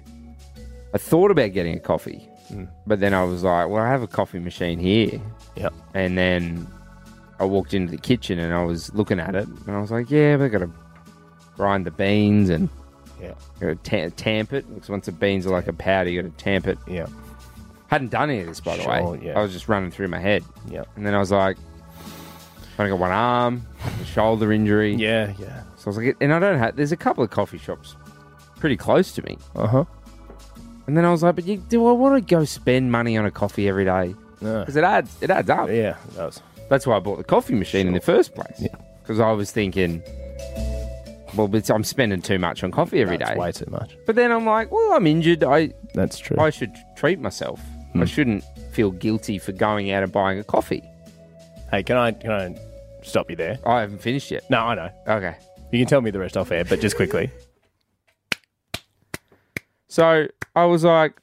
Speaker 4: I thought about getting a coffee,
Speaker 3: Hmm.
Speaker 15: Mm.
Speaker 4: but then I was like, well, I have a coffee machine here.
Speaker 3: Yep.
Speaker 4: And then I walked into the kitchen and I was looking at it, and I was like, yeah, but I got to grind the beans and
Speaker 3: yeah,
Speaker 4: got to ta- tamp it because once the beans are like a powder, you got to tamp it.
Speaker 3: Yeah.
Speaker 4: Hadn't done any of this by the
Speaker 3: Sure,
Speaker 4: way.
Speaker 3: yeah.
Speaker 4: I was just running through my head.
Speaker 3: Yeah.
Speaker 4: And then I was like, I only got one arm, a shoulder injury.
Speaker 3: Yeah, yeah.
Speaker 4: So I was like, and I don't have. There's a couple of coffee shops pretty close to me.
Speaker 3: Uh huh.
Speaker 4: And then I was like, but you, do I want to go spend money on a coffee every day?
Speaker 3: No.
Speaker 4: Because it adds it adds up.
Speaker 3: Ah. Yeah, it does.
Speaker 4: That's why I bought the coffee machine in the first place. Yeah. Because I was thinking, well, but I'm spending too much on coffee every day.
Speaker 3: That's way too much.
Speaker 4: But then I'm like, well, I'm injured. I
Speaker 3: that's true. Hmm.
Speaker 4: I should treat myself. I shouldn't feel guilty for going out and buying a coffee.
Speaker 3: Hey, can I can I stop you there?
Speaker 4: I haven't finished yet.
Speaker 3: No, I know.
Speaker 4: Okay.
Speaker 3: You can tell me the rest off air, but just quickly.
Speaker 4: So I was like,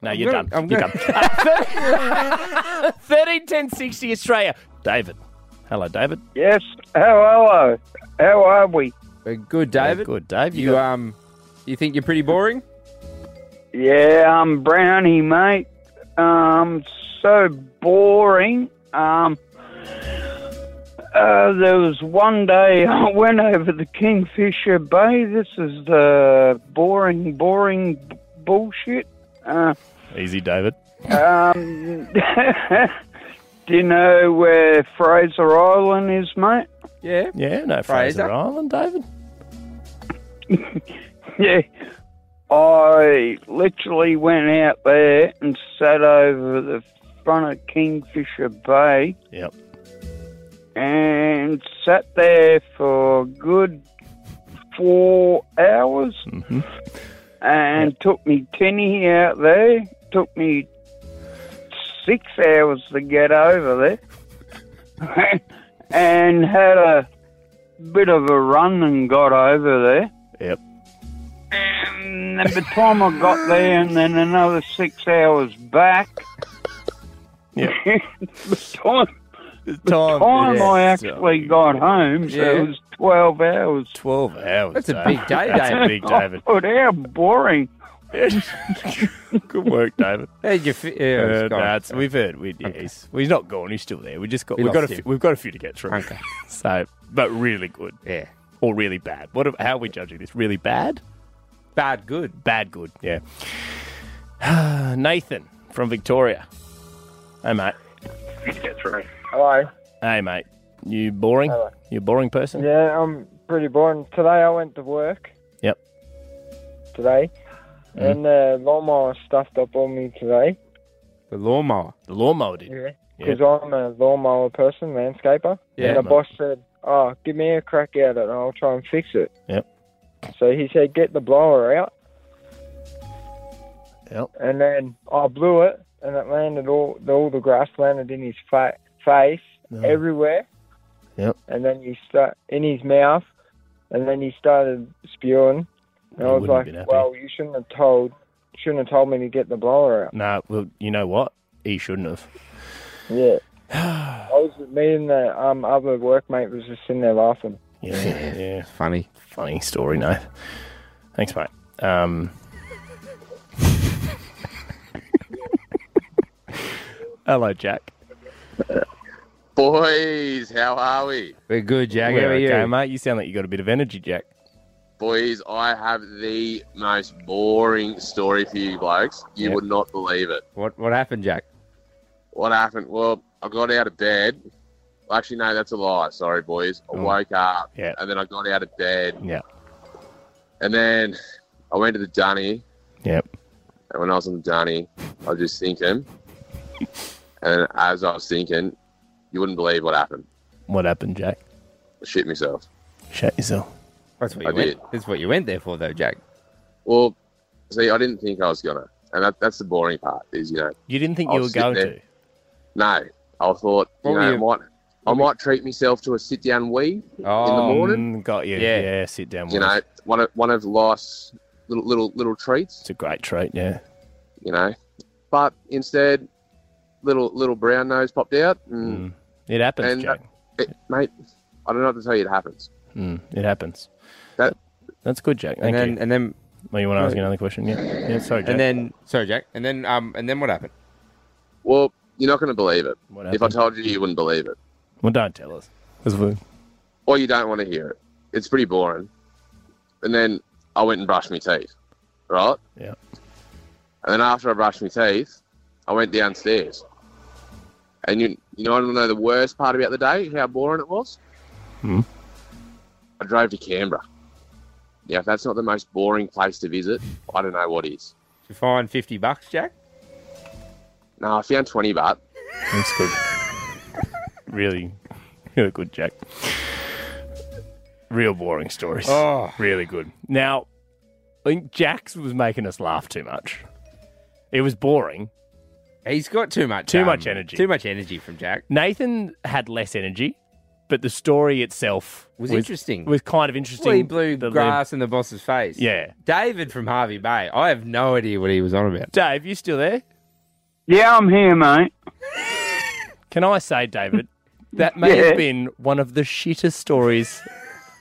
Speaker 3: No,
Speaker 4: I'm
Speaker 3: you're
Speaker 4: gonna-
Speaker 3: done.
Speaker 4: I'm
Speaker 3: you're
Speaker 4: gonna-
Speaker 3: done. Uh, 13 10 60 Australia. David. Hello, David.
Speaker 16: Yes. Hello. How are we?
Speaker 4: Uh, good, David.
Speaker 3: good, Dave.
Speaker 4: You, um, you think you're pretty boring?
Speaker 16: Yeah, I'm brownie, mate. Um, so boring. Um, uh, there was one day I went over the Kingfisher Bay. This is the boring, boring b- bullshit. Uh,
Speaker 3: Easy, David.
Speaker 16: um, do you know where Fraser Island is, mate?
Speaker 4: Yeah.
Speaker 3: Yeah, no, Fraser Island, David.
Speaker 16: Yeah. I literally went out there and sat over the front of Kingfisher Bay.
Speaker 3: Yep.
Speaker 16: And sat there for a good four hours
Speaker 3: Hmm.
Speaker 16: and took me tinny out there. Took me six hours to get over there. and had a bit of a run and got over
Speaker 3: there. Yep.
Speaker 16: And then by the time I got there, and then another six hours back.
Speaker 3: Yeah.
Speaker 16: the time, the
Speaker 3: time,
Speaker 16: time
Speaker 3: yeah.
Speaker 16: I actually got home, so
Speaker 3: Yeah.
Speaker 16: it was twelve hours.
Speaker 3: Twelve hours.
Speaker 16: That's
Speaker 3: a Dave. big day, That's a David. big David.
Speaker 16: Oh, how boring.
Speaker 3: Good work, David.
Speaker 4: Hey, you fi- yeah,
Speaker 3: Uh,
Speaker 4: it's gone.
Speaker 3: that's- we've heard. We, yeah, he's, well, he's not gone. He's still there. We just got.
Speaker 4: We
Speaker 3: We have got a.
Speaker 4: lost him.
Speaker 3: Few, we've got a few to get through.
Speaker 4: Okay.
Speaker 3: so, but really good.
Speaker 4: Yeah.
Speaker 3: Or really bad. What? ab- How are we judging this? Really bad.
Speaker 4: Bad. Good.
Speaker 3: Bad. Good. Yeah. Nathan from Victoria. Hey, mate.
Speaker 17: That's right. Hello.
Speaker 3: Hey, mate. You boring? You a boring person?
Speaker 17: Yeah, I'm pretty boring. Today I went to work.
Speaker 3: Yep.
Speaker 17: Today, and the lawnmower stuffed up on me today.
Speaker 4: The lawnmower.
Speaker 3: The lawnmower did.
Speaker 17: Yeah. Because I'm a lawnmower person, landscaper.
Speaker 4: Yeah,
Speaker 17: And the
Speaker 4: mate.
Speaker 17: boss said, "Oh, give me a crack at it, and I'll try and fix it."
Speaker 3: Yep.
Speaker 17: So he said, "Get the blower out."
Speaker 3: Yep.
Speaker 17: And then I blew it, and it landed all all the grass landed in his fa- face
Speaker 3: No.
Speaker 17: everywhere.
Speaker 3: Yep.
Speaker 17: And then he start in his mouth, and then he started spewing. And I
Speaker 3: He
Speaker 17: was
Speaker 3: wouldn't have been
Speaker 17: like,
Speaker 3: happy.
Speaker 17: "Well, you shouldn't have told, shouldn't have told me to get the blower out."
Speaker 3: No, well, you know what? he shouldn't have.
Speaker 17: Yeah. I was me and the um, other workmate was just sitting there laughing.
Speaker 3: Yeah, yeah. Funny. Funny story, no. Thanks, mate. Um, hello, Jack.
Speaker 8: Boys, how are we?
Speaker 3: We're good, Jack.
Speaker 8: How are you?
Speaker 3: okay, mate. You sound like you got a bit of energy, Jack.
Speaker 8: Boys, I have the most boring story for you blokes. You
Speaker 4: Yep.
Speaker 8: would not believe it.
Speaker 4: What what happened, Jack?
Speaker 8: What happened? Well, I got out of bed. Well, Actually, no, that's a lie. Sorry, boys. I
Speaker 3: Oh.
Speaker 8: woke up
Speaker 3: Yeah.
Speaker 8: and then I got out of bed.
Speaker 3: Yeah.
Speaker 8: And then I went to the dunny.
Speaker 3: Yep.
Speaker 8: And when I was on the dunny, I was just thinking. And as I was thinking, you wouldn't believe what happened.
Speaker 3: What happened, Jack?
Speaker 8: I shit myself.
Speaker 3: Shut yourself.
Speaker 4: That's what
Speaker 8: I
Speaker 4: you went.
Speaker 8: did.
Speaker 4: That's what you went there for, though, Jack.
Speaker 8: Well, see, I didn't think I was gonna, and that, that's the boring part. Is you know,
Speaker 3: You didn't think
Speaker 8: I
Speaker 3: you
Speaker 8: was
Speaker 3: were going
Speaker 8: sitting there. No, I thought
Speaker 3: What
Speaker 8: you
Speaker 3: were
Speaker 8: know,
Speaker 3: you-
Speaker 8: I might, I might treat myself to a sit down wee
Speaker 4: Oh,
Speaker 8: in the morning.
Speaker 3: Mm, got you. Yeah, sit down.
Speaker 8: You know, one of one of life's little little little treats.
Speaker 3: It's a great treat, yeah.
Speaker 8: You know, but instead, little little brown nose popped out, and,
Speaker 3: It Mm. happens,
Speaker 8: and uh,
Speaker 3: Jack.
Speaker 8: that- it- mate. I don't know how to tell you it happens.
Speaker 3: Mm, it happens.
Speaker 8: That
Speaker 3: That's good, Jack.
Speaker 4: And
Speaker 3: Thank
Speaker 4: then-
Speaker 3: you.
Speaker 4: and then.
Speaker 3: Well, you want to ask another question? Yeah. Yeah. Sorry, Jack.
Speaker 4: And then sorry, Jack. And then um and then what happened?
Speaker 8: Well, you're not going to believe it. If I
Speaker 4: happened?
Speaker 8: told you, you wouldn't believe it.
Speaker 3: well, don't tell us. 'cause we-
Speaker 8: or you don't want to hear it. It's pretty boring. And then I went and brushed my teeth, right?
Speaker 3: Yeah.
Speaker 8: And then after I brushed my teeth, I went downstairs. And you, you know, I don't know the worst part about the day, how boring it was.
Speaker 3: Hmm.
Speaker 8: I drove to Canberra. Yeah, if that's not the most boring place to visit, I don't know what is.
Speaker 4: Did you find fifty bucks, Jack?
Speaker 8: No, I found twenty baht.
Speaker 3: That's good. really, really good, Jack. Real boring stories.
Speaker 4: Oh.
Speaker 3: really good. Now, I think Jack's was making us laugh too much. It was boring.
Speaker 4: He's got too much.
Speaker 3: Too
Speaker 4: um,
Speaker 3: much energy.
Speaker 4: Too much energy from Jack.
Speaker 3: Nathan had less energy, but the story itself
Speaker 4: Was interesting.
Speaker 3: Was kind of interesting.
Speaker 4: Well, he blew
Speaker 3: The
Speaker 4: grass in the boss's face.
Speaker 3: Yeah.
Speaker 4: David from Harvey Bay. I have no idea what he was on about.
Speaker 3: Dave, you still there?
Speaker 16: Yeah, I'm here, mate.
Speaker 3: Can I say, David, that may
Speaker 16: Yeah.
Speaker 3: have been one of the shittest stories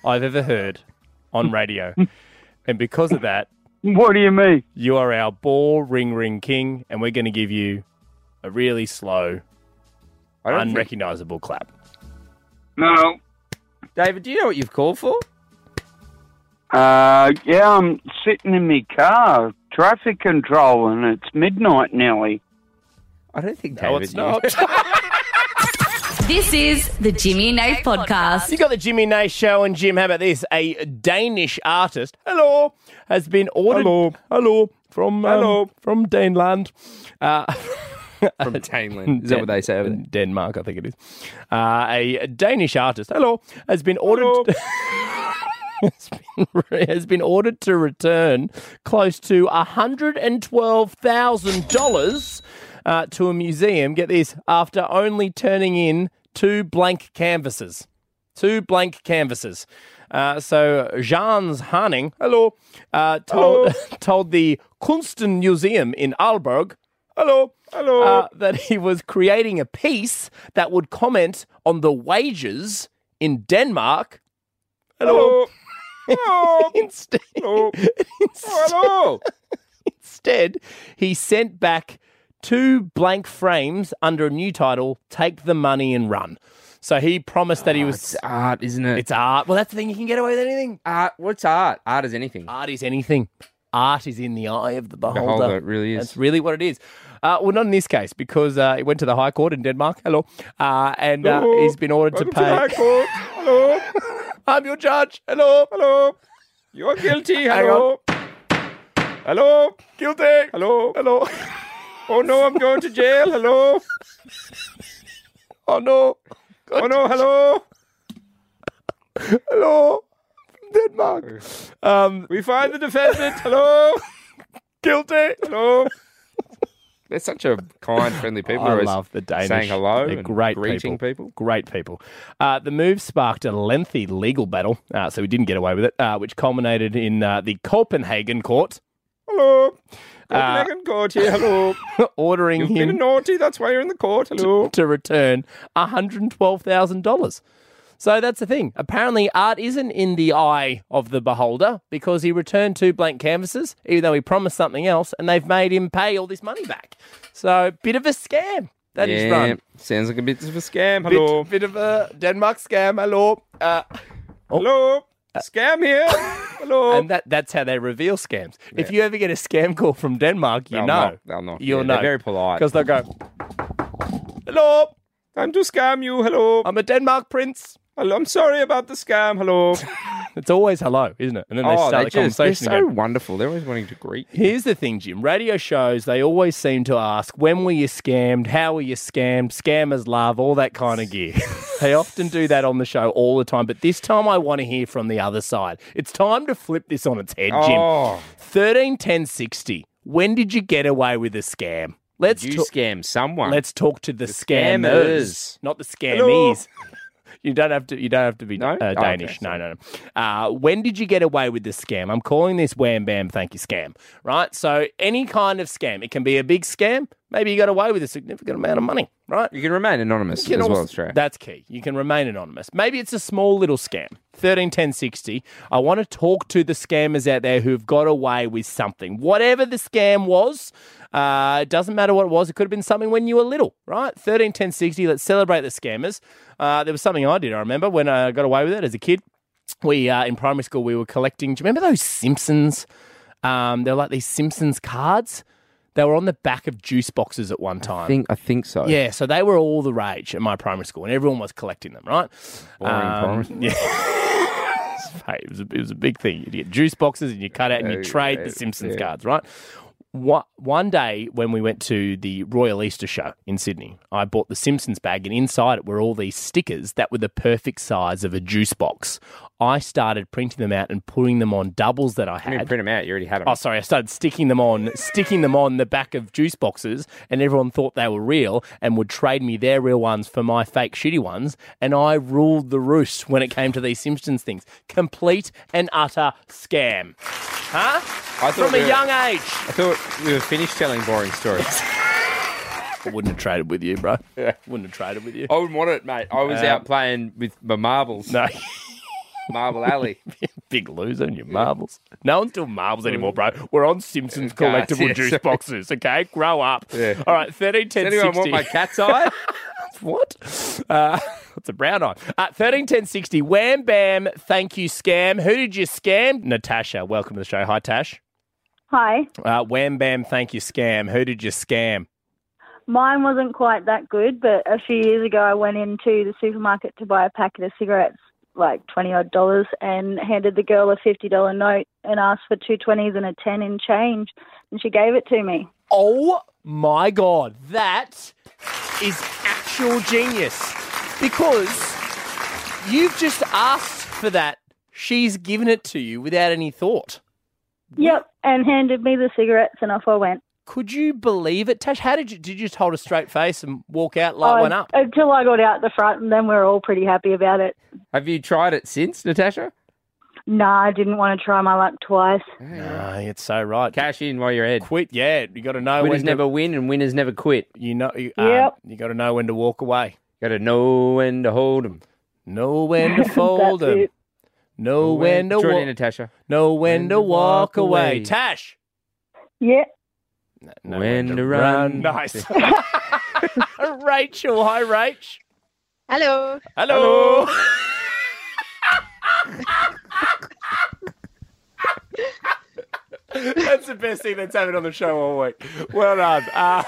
Speaker 3: I've ever heard on radio. and because of that,
Speaker 16: what do you mean?
Speaker 3: You are our ball ring ring king, and we're going to give you a really slow,
Speaker 4: I don't think-
Speaker 3: unrecognizable clap.
Speaker 16: No.
Speaker 4: David, do you know what you've called for?
Speaker 16: Uh, yeah, I'm sitting in my car, traffic control, and it's midnight nearly.
Speaker 4: I don't think
Speaker 3: No, it's not.
Speaker 2: This is the Jimmy and Nate podcast.
Speaker 3: You got the Jimmy Nay show, and Jim, how about this? A Danish artist, hello, has been ordered. Hello, hello from um,
Speaker 4: Hello.
Speaker 3: from Daneland. Uh,
Speaker 4: From Daneland. Is that what they say over there?
Speaker 3: Denmark, I think it is. Uh, a Danish artist, hello, has been ordered. has been- has been ordered to return close to $112,000 uh, to a museum. Get this, after only turning in two blank canvases. Two blank canvases. Uh, so Jans Hanning, hello, uh, told, told the Kunsten Museum in Aalborg, hello, hello, uh, that he was creating a piece that would comment on the wages in Denmark Hello. instead, instead, instead, he sent back two blank frames under a new title: "Take the money and run." So he promised that he was
Speaker 4: art, isn't it?
Speaker 3: It's art. Well, that's the thing; you can get away with anything.
Speaker 4: Art. What's art? Art is anything.
Speaker 3: Art is anything. Art is in the eye of the beholder.
Speaker 4: Beholder, it really is.
Speaker 3: That's really what it is. Uh, well, not in this case because uh, it went to the High Court in Denmark. Hello, uh, and uh,
Speaker 4: Hello.
Speaker 3: he's been ordered
Speaker 4: Welcome
Speaker 3: to pay.
Speaker 4: the High Court. Hello.
Speaker 3: I'm your judge. Hello.
Speaker 4: Hello. You're guilty.
Speaker 3: Hang
Speaker 4: Hello. Hello.
Speaker 3: Guilty.
Speaker 4: Hello.
Speaker 3: Hello.
Speaker 4: Oh no, I'm going to jail. Hello.
Speaker 3: Oh no.
Speaker 4: Oh no, hello.
Speaker 3: Hello. Denmark. Um,
Speaker 4: we find the defendant. Hello.
Speaker 3: Guilty.
Speaker 4: Hello. They're such a kind, friendly people.
Speaker 3: I
Speaker 4: always
Speaker 3: love the Danish.
Speaker 4: Saying hello.
Speaker 3: They're
Speaker 4: and
Speaker 3: great
Speaker 4: greeting people.
Speaker 3: Great people. Uh, the move sparked a lengthy legal battle, uh, so we didn't get away with it, uh, which culminated in uh, the Copenhagen court.
Speaker 4: Hello.
Speaker 3: Uh,
Speaker 4: Megan Court here, hello.
Speaker 3: ordering
Speaker 4: You've
Speaker 3: him
Speaker 4: been naughty, that's why you're in the court, hello.
Speaker 3: to, to return $112,000. So that's the thing. Apparently, art isn't in the eye of the beholder because he returned two blank canvases, even though he promised something else, and they've made him pay all this money back. So, bit of a scam that is
Speaker 4: Yeah,
Speaker 3: run.
Speaker 4: Sounds like a bit of a scam, hello.
Speaker 3: Bit, bit of a Denmark scam, hello. Uh, Hello. Scam here. Hello. And that, that's how they reveal scams. If you ever get a scam call from Denmark, you
Speaker 4: They'll
Speaker 3: know.
Speaker 4: knock, they'll knock,
Speaker 3: You'll
Speaker 4: yeah,
Speaker 3: know.
Speaker 4: they're very polite.
Speaker 3: Because they'll go, Hello. Time to scam you. Hello. I'm a Denmark prince. Hello. I'm sorry about the scam. Hello. it's always hello, isn't it? And then they
Speaker 4: oh,
Speaker 3: start the
Speaker 4: they just, they're
Speaker 3: conversation
Speaker 4: so
Speaker 3: again.
Speaker 4: wonderful. They're always wanting to greet.
Speaker 3: Here's the thing, Jim. Radio shows, they always seem to ask, when were you scammed? How were you scammed? Scammers love, all that kind of gear. they often do that on the show all the time, but this time I want to hear from the other side. It's time to flip this on its head, Jim.
Speaker 4: Oh.
Speaker 3: 13 10 60. When did you get away with a scam? Let's
Speaker 4: you
Speaker 3: ta-
Speaker 4: scam someone.
Speaker 3: Let's talk to the,
Speaker 4: scammers.
Speaker 3: scammers, not the
Speaker 4: Hello.
Speaker 3: scammies. You don't have to. You don't have to be uh,
Speaker 4: Oh, okay,
Speaker 3: Danish. no, no, no. Uh, when did you get away with this scam? I'm calling this wham bam thank you scam. Right. So any kind of scam, it can be a big scam. Maybe you got away with a significant amount of money. Right.
Speaker 4: You can remain anonymous
Speaker 3: You can
Speaker 4: as well,
Speaker 3: also-
Speaker 4: it's true.
Speaker 3: That's key. You can remain anonymous. Maybe it's a small little scam. 131060. I want to talk to the scammers out there who've got away with something. Whatever the scam was, uh, it doesn't matter what it was. It could have been something when you were little, right? 131060. Let's celebrate the scammers. Uh, there was something I did, I remember, when I got away with it as a kid. We, uh, in primary school, we were collecting. Do you remember those Simpsons? Um, they were like these Simpsons cards. They were on the back of juice boxes at one time.
Speaker 4: I think I think so.
Speaker 3: Yeah, so they were all the rage at my primary school, and everyone was collecting them, right?
Speaker 4: Boring primary school.
Speaker 3: Yeah. Hey, it, was a, it was a big thing. You'd get juice boxes and you cut out and you
Speaker 4: Yeah,
Speaker 3: trade
Speaker 4: yeah,
Speaker 3: the Simpsons
Speaker 4: yeah.
Speaker 3: cards, right? Wha- One day when we went to the Royal Easter Show in Sydney, I bought the Simpsons bag, and inside it were all these stickers that were the perfect size of a juice box. I started printing them out and putting them on doubles that I had.
Speaker 4: You didn't print them out. You already had them.
Speaker 3: Oh, sorry. I started sticking them on, sticking them on the back of juice boxes, and everyone thought they were real and would trade me their real ones for my fake shitty ones. And I ruled the roost when it came to these Simpsons things. Complete and utter scam. Huh?
Speaker 4: I thought
Speaker 3: From
Speaker 4: we
Speaker 3: a
Speaker 4: were-
Speaker 3: young age.
Speaker 4: I thought we were finished telling boring stories.
Speaker 3: I wouldn't have traded with you, bro. Wouldn't have traded with you.
Speaker 4: I wouldn't want it, mate. I was
Speaker 3: Um,
Speaker 4: out playing with my marbles.
Speaker 3: No.
Speaker 4: Marble Alley.
Speaker 3: Big loser in your marbles. No one's doing marbles anymore, bro. We're on Simpsons
Speaker 4: Cards,
Speaker 3: collectible
Speaker 4: yeah,
Speaker 3: juice
Speaker 4: sorry.
Speaker 3: boxes, okay? Grow up.
Speaker 4: Yeah.
Speaker 3: All right, 13, 10,
Speaker 4: Does anyone want
Speaker 3: 60.
Speaker 4: my cat's eye?
Speaker 3: what? Uh, it's a brown eye. Uh, 13, 10, 60. Wham, bam, thank you, scam. Who did you scam? Natasha, welcome to the show. Hi, Tash.
Speaker 7: Hi.
Speaker 3: Uh, wham, bam, thank you, scam. Who did you scam?
Speaker 15: Mine wasn't quite that good, but a few years ago, I went into the supermarket to buy a packet of cigarettes, like twenty odd dollars, and handed the girl a fifty dollar note and asked for two twenties and a ten in change, and she gave it to me.
Speaker 3: Oh my God, that is actual genius. Because you've just asked for that. She's given it to you without any thought.
Speaker 15: Yep, and handed me the cigarettes, and off I went.
Speaker 3: Could you believe it, Tash? How did you did you just hold a straight face and walk out, light
Speaker 15: I-
Speaker 3: one up?
Speaker 15: until I got out the front, and then we were all pretty happy about it.
Speaker 4: Have you tried it since, Natasha?
Speaker 15: Nah, I didn't want to try my luck twice.
Speaker 3: No, it's so right.
Speaker 4: Cash in while you're ahead.
Speaker 3: Quit, yeah. You got to know
Speaker 4: Winners
Speaker 3: when to-
Speaker 4: never win and winners never quit.
Speaker 3: You know. You, um,
Speaker 15: Yep.
Speaker 3: You got to know when to walk away.
Speaker 4: Got to know when to hold them.
Speaker 3: Know when to fold
Speaker 4: That's
Speaker 3: 'em.
Speaker 4: it.
Speaker 3: Know when to
Speaker 4: Join
Speaker 3: wa-
Speaker 4: in, Natasha.
Speaker 3: Know when to walk away. Tash.
Speaker 15: Yeah.
Speaker 3: Know
Speaker 4: when, to run.
Speaker 3: Nice. Rachel, hi, Rach.
Speaker 6: Hello.
Speaker 3: Hello. that's the best thing that's happened on the show all week. Well done.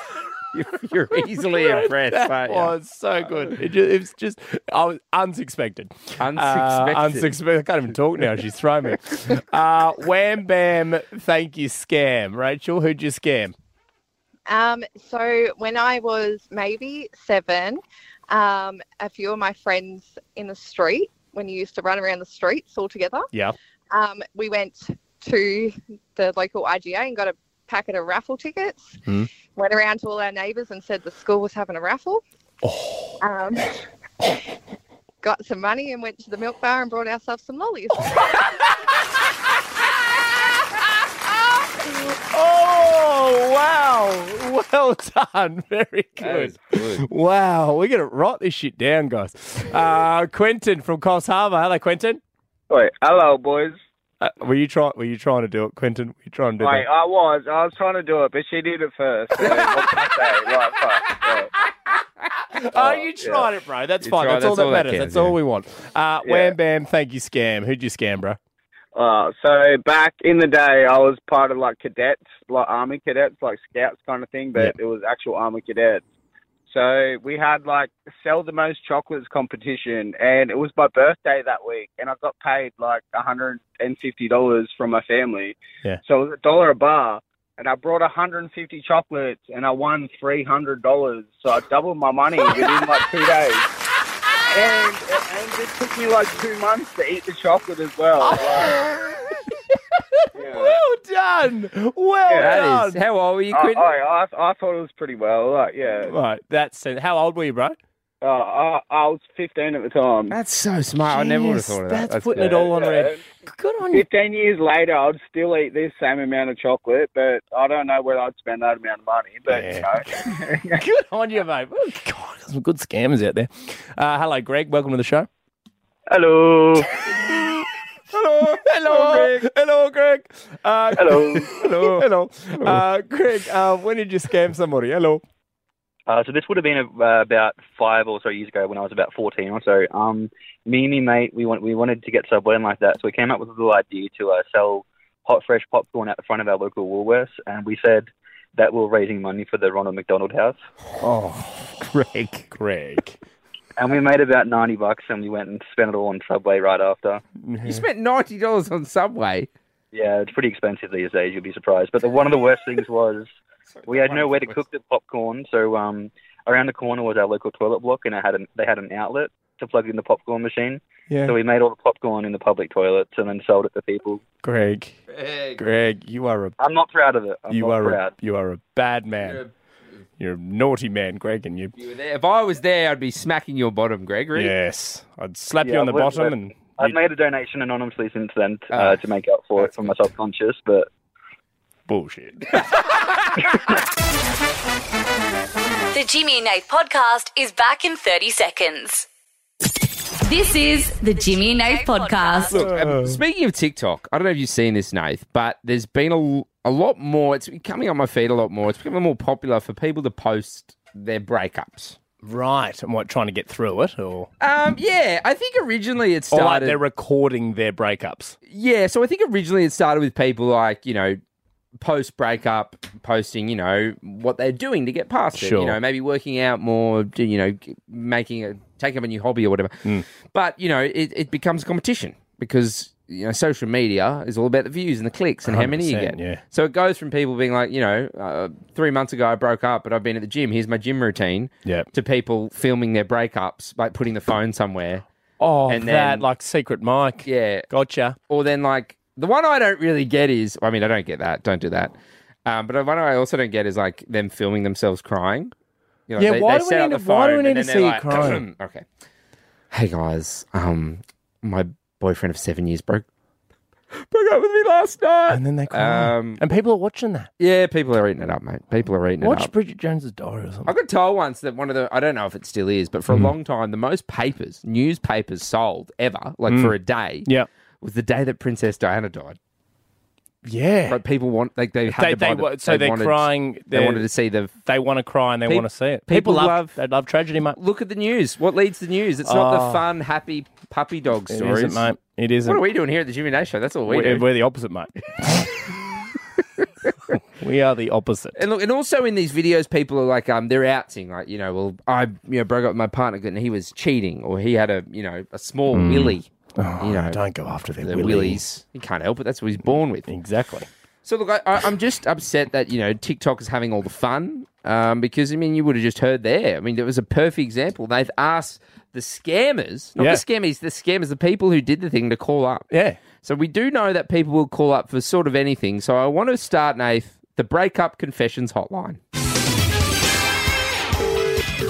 Speaker 3: Uh,
Speaker 4: You're easily impressed,
Speaker 3: That
Speaker 4: aren't you?
Speaker 3: was so good. It just, it was just I was unexpected.
Speaker 4: Unsuspected.
Speaker 3: Uh, unsuspected. I can't even talk now. She's thrown me. Uh, wham bam. Thank you, scam. Rachel, who'd you scam?
Speaker 18: Um, so when I was maybe seven, um, a few of my friends in the street, when you used to run around the streets all together,
Speaker 3: Yeah.
Speaker 18: um, we went to the local IGA and got a packet of raffle tickets.
Speaker 3: Hmm.
Speaker 18: Went around to all our neighbours and said the school was having a raffle. Um, got some money and went to the milk bar and brought ourselves some lollies.
Speaker 3: Oh Wow. Oh, Well done. Very good. Wow. We're going to write this shit down, guys. Uh, Quentin from Coffs Harbour. Hello, Quentin.
Speaker 19: Wait, hello, boys.
Speaker 3: Uh, were you trying? Were you trying to do it, Quentin? Were you trying to do
Speaker 19: Wait,
Speaker 3: that?
Speaker 19: I was. I was trying to do it, but she did it first. So what can I say? Right, fuck, yeah.
Speaker 3: Oh, you tried it, bro. That's fine. That's all that matters. That's all we want. Uh,
Speaker 19: Yeah.
Speaker 3: Wham bam. Thank you, scam. Who'd you scam, bro?
Speaker 19: Uh, so back in the day, I was part of like cadets, like army cadets, like scouts kind of thing, but it was actual army cadets. So we had like sell the most chocolates competition, and it was my birthday that week, and I got paid like hundred and fifty dollars from my family.
Speaker 3: Yeah.
Speaker 19: So it was a dollar a bar, and I brought hundred and fifty chocolates, and I won three hundred dollars. So I doubled my money within like two days. And, and it took me like two months to eat the chocolate as well. Like,
Speaker 3: Well done. Well
Speaker 19: that is-
Speaker 3: done. How old were
Speaker 19: I, I, I, I thought it was pretty well. Like, yeah.
Speaker 3: Right. That's how old were you, bro?
Speaker 19: Uh, I, I was 15 at the time.
Speaker 4: That's so smart. I never would have thought of that.
Speaker 3: that's putting it all on red. Good on
Speaker 19: you. 15 years later, I'd still eat this same amount of chocolate, but I don't know whether I'd spend that amount of money. But, you know.
Speaker 3: Good on you, mate. Oh, God, there's some good scammers out there. Uh, hello, Greg. Welcome to the show.
Speaker 20: Hello.
Speaker 3: hello. Hello, Greg. Hello, Greg. Uh,
Speaker 20: Hello.
Speaker 3: hello. Hello. Uh, Greg, uh, when did you scam somebody? Hello.
Speaker 20: Uh, so this would have been uh, about five or so years ago when I was about 14 or so. Um, me and my mate, we want, we wanted to get Subway and like that, so we came up with a little idea to uh, sell hot fresh popcorn out the front of our local Woolworths, and we said that we were raising money for the Ronald McDonald House,
Speaker 3: Oh, Greg. Greg.
Speaker 20: and we made about 90 bucks, and we went and spent it all on Subway right after.
Speaker 4: You spent ninety dollars on Subway.
Speaker 20: Yeah, it's pretty expensive these days. You'll be surprised. But the, one of the worst things was we had nowhere to cook the popcorn. So um, around the corner was our local toilet block, and I had an, they had an outlet to plug in the popcorn machine.
Speaker 3: Yeah.
Speaker 20: So we made all the popcorn in the public toilets and then sold it to people.
Speaker 3: Greg. Greg, you are a
Speaker 20: I'm not proud of it. I'm
Speaker 3: you
Speaker 20: not
Speaker 3: are
Speaker 20: proud.
Speaker 3: a, you are a bad man. You're a, naughty man, Greg, and you.
Speaker 4: If I was there, I'd be smacking your bottom, Gregory.
Speaker 3: Yes, I'd slap
Speaker 20: Yeah, I've lived with- I've made a donation anonymously since then uh,
Speaker 3: Ah,
Speaker 20: to make up for it from my subconscious, but
Speaker 3: bullshit.
Speaker 1: The Jimmy and Nate podcast is back in 30 seconds.
Speaker 2: This is the Jimmy and Nate podcast.
Speaker 4: Look, um, speaking of TikTok, I don't know if you've seen this, Nath, but there's been a, a lot more. It's been coming on my feed a lot more. It's becoming more popular for people to post their breakups.
Speaker 3: Right, and what trying to get through it, or
Speaker 4: Um, yeah, I think originally it
Speaker 3: or Oh, like
Speaker 4: started.
Speaker 3: they're recording their breakups.
Speaker 4: Yeah, so I think originally it started with people like, you know, post breakup posting, you know, what they're doing to get past it,
Speaker 3: Sure.
Speaker 4: you know, maybe working out more, do- you know, g- making a take up a new hobby or whatever.
Speaker 3: Hmm.
Speaker 4: But, you know, it, it becomes a competition because you know, social media is all about the views and the clicks and how many you get.
Speaker 3: 100%, yeah.
Speaker 4: So it goes from people being like, you know, uh, three months ago I broke up, but I've been at the gym. Here's my gym routine.
Speaker 3: Yeah.
Speaker 4: To people filming their breakups, like putting the phone somewhere.
Speaker 3: Oh,
Speaker 4: And
Speaker 3: that
Speaker 4: then-
Speaker 3: like secret mic.
Speaker 4: Yeah.
Speaker 3: Gotcha.
Speaker 4: Or then like the one I don't really get is I mean I don't get that. Don't do that. Um, but the one I also don't get is like them filming themselves crying. You
Speaker 3: Yeah, why do we
Speaker 4: set up
Speaker 3: need
Speaker 4: the
Speaker 3: to- why do we
Speaker 4: phone
Speaker 3: need
Speaker 4: and
Speaker 3: to
Speaker 4: then
Speaker 3: see
Speaker 4: they're
Speaker 3: you crying?
Speaker 4: okay. Hey guys, um, my boyfriend of seven years broke broke up with me last night.
Speaker 3: And then they cry.
Speaker 4: Um,
Speaker 3: and people are watching that.
Speaker 4: Yeah, people are eating it up, mate. People are eating it
Speaker 3: Watch
Speaker 4: up.
Speaker 3: Bridget Jones's Diary or something.
Speaker 4: I got told once that one of the I don't know if it still is,
Speaker 3: Mm.
Speaker 4: but for a long time the most papers, newspapers sold ever, like
Speaker 3: Mm.
Speaker 4: for a day,
Speaker 3: yeah,
Speaker 4: was the day that Princess Diana died.
Speaker 3: Yeah,
Speaker 4: like people want like they had
Speaker 3: They,
Speaker 4: to buy
Speaker 3: they,
Speaker 4: the-
Speaker 3: wa- so they are
Speaker 4: wanted-
Speaker 3: crying.
Speaker 4: They
Speaker 3: they're-
Speaker 4: wanted to see the.
Speaker 3: They want to cry and they
Speaker 4: Pe-
Speaker 3: want to see it.
Speaker 4: people love-
Speaker 3: They love tragedy, mate.
Speaker 4: Look at the news. What leads the news? It's not
Speaker 3: Oh.
Speaker 4: the fun, happy puppy dog
Speaker 3: It
Speaker 4: stories,
Speaker 3: isn't, mate. It isn't.
Speaker 4: What are we doing here at the Jimmy Nash Show? That's all we
Speaker 3: We're,
Speaker 4: do.
Speaker 3: we're the opposite, mate. we are the opposite.
Speaker 4: And look, and also in these videos, people are like, um, they're outing, like, you know, well, I, you know, broke up with my partner and he was cheating, or he had a, you know, a small
Speaker 3: Mm.
Speaker 4: willy.
Speaker 3: Oh,
Speaker 4: you know,
Speaker 3: don't go after their
Speaker 4: the
Speaker 3: willies.
Speaker 4: willies. He can't help it. That's what he's born with.
Speaker 3: Exactly.
Speaker 4: So look, I, I, I'm just upset that you know TikTok is having all the fun um, because I mean you would have just heard there. I mean it was a perfect example. They've asked the scammers, not
Speaker 3: Yeah.
Speaker 4: the scammies, the scammers, the people who did the thing to call up.
Speaker 3: Yeah.
Speaker 4: So we do know that people will call up for sort of anything. So I want to start, Nath, the breakup confessions hotline.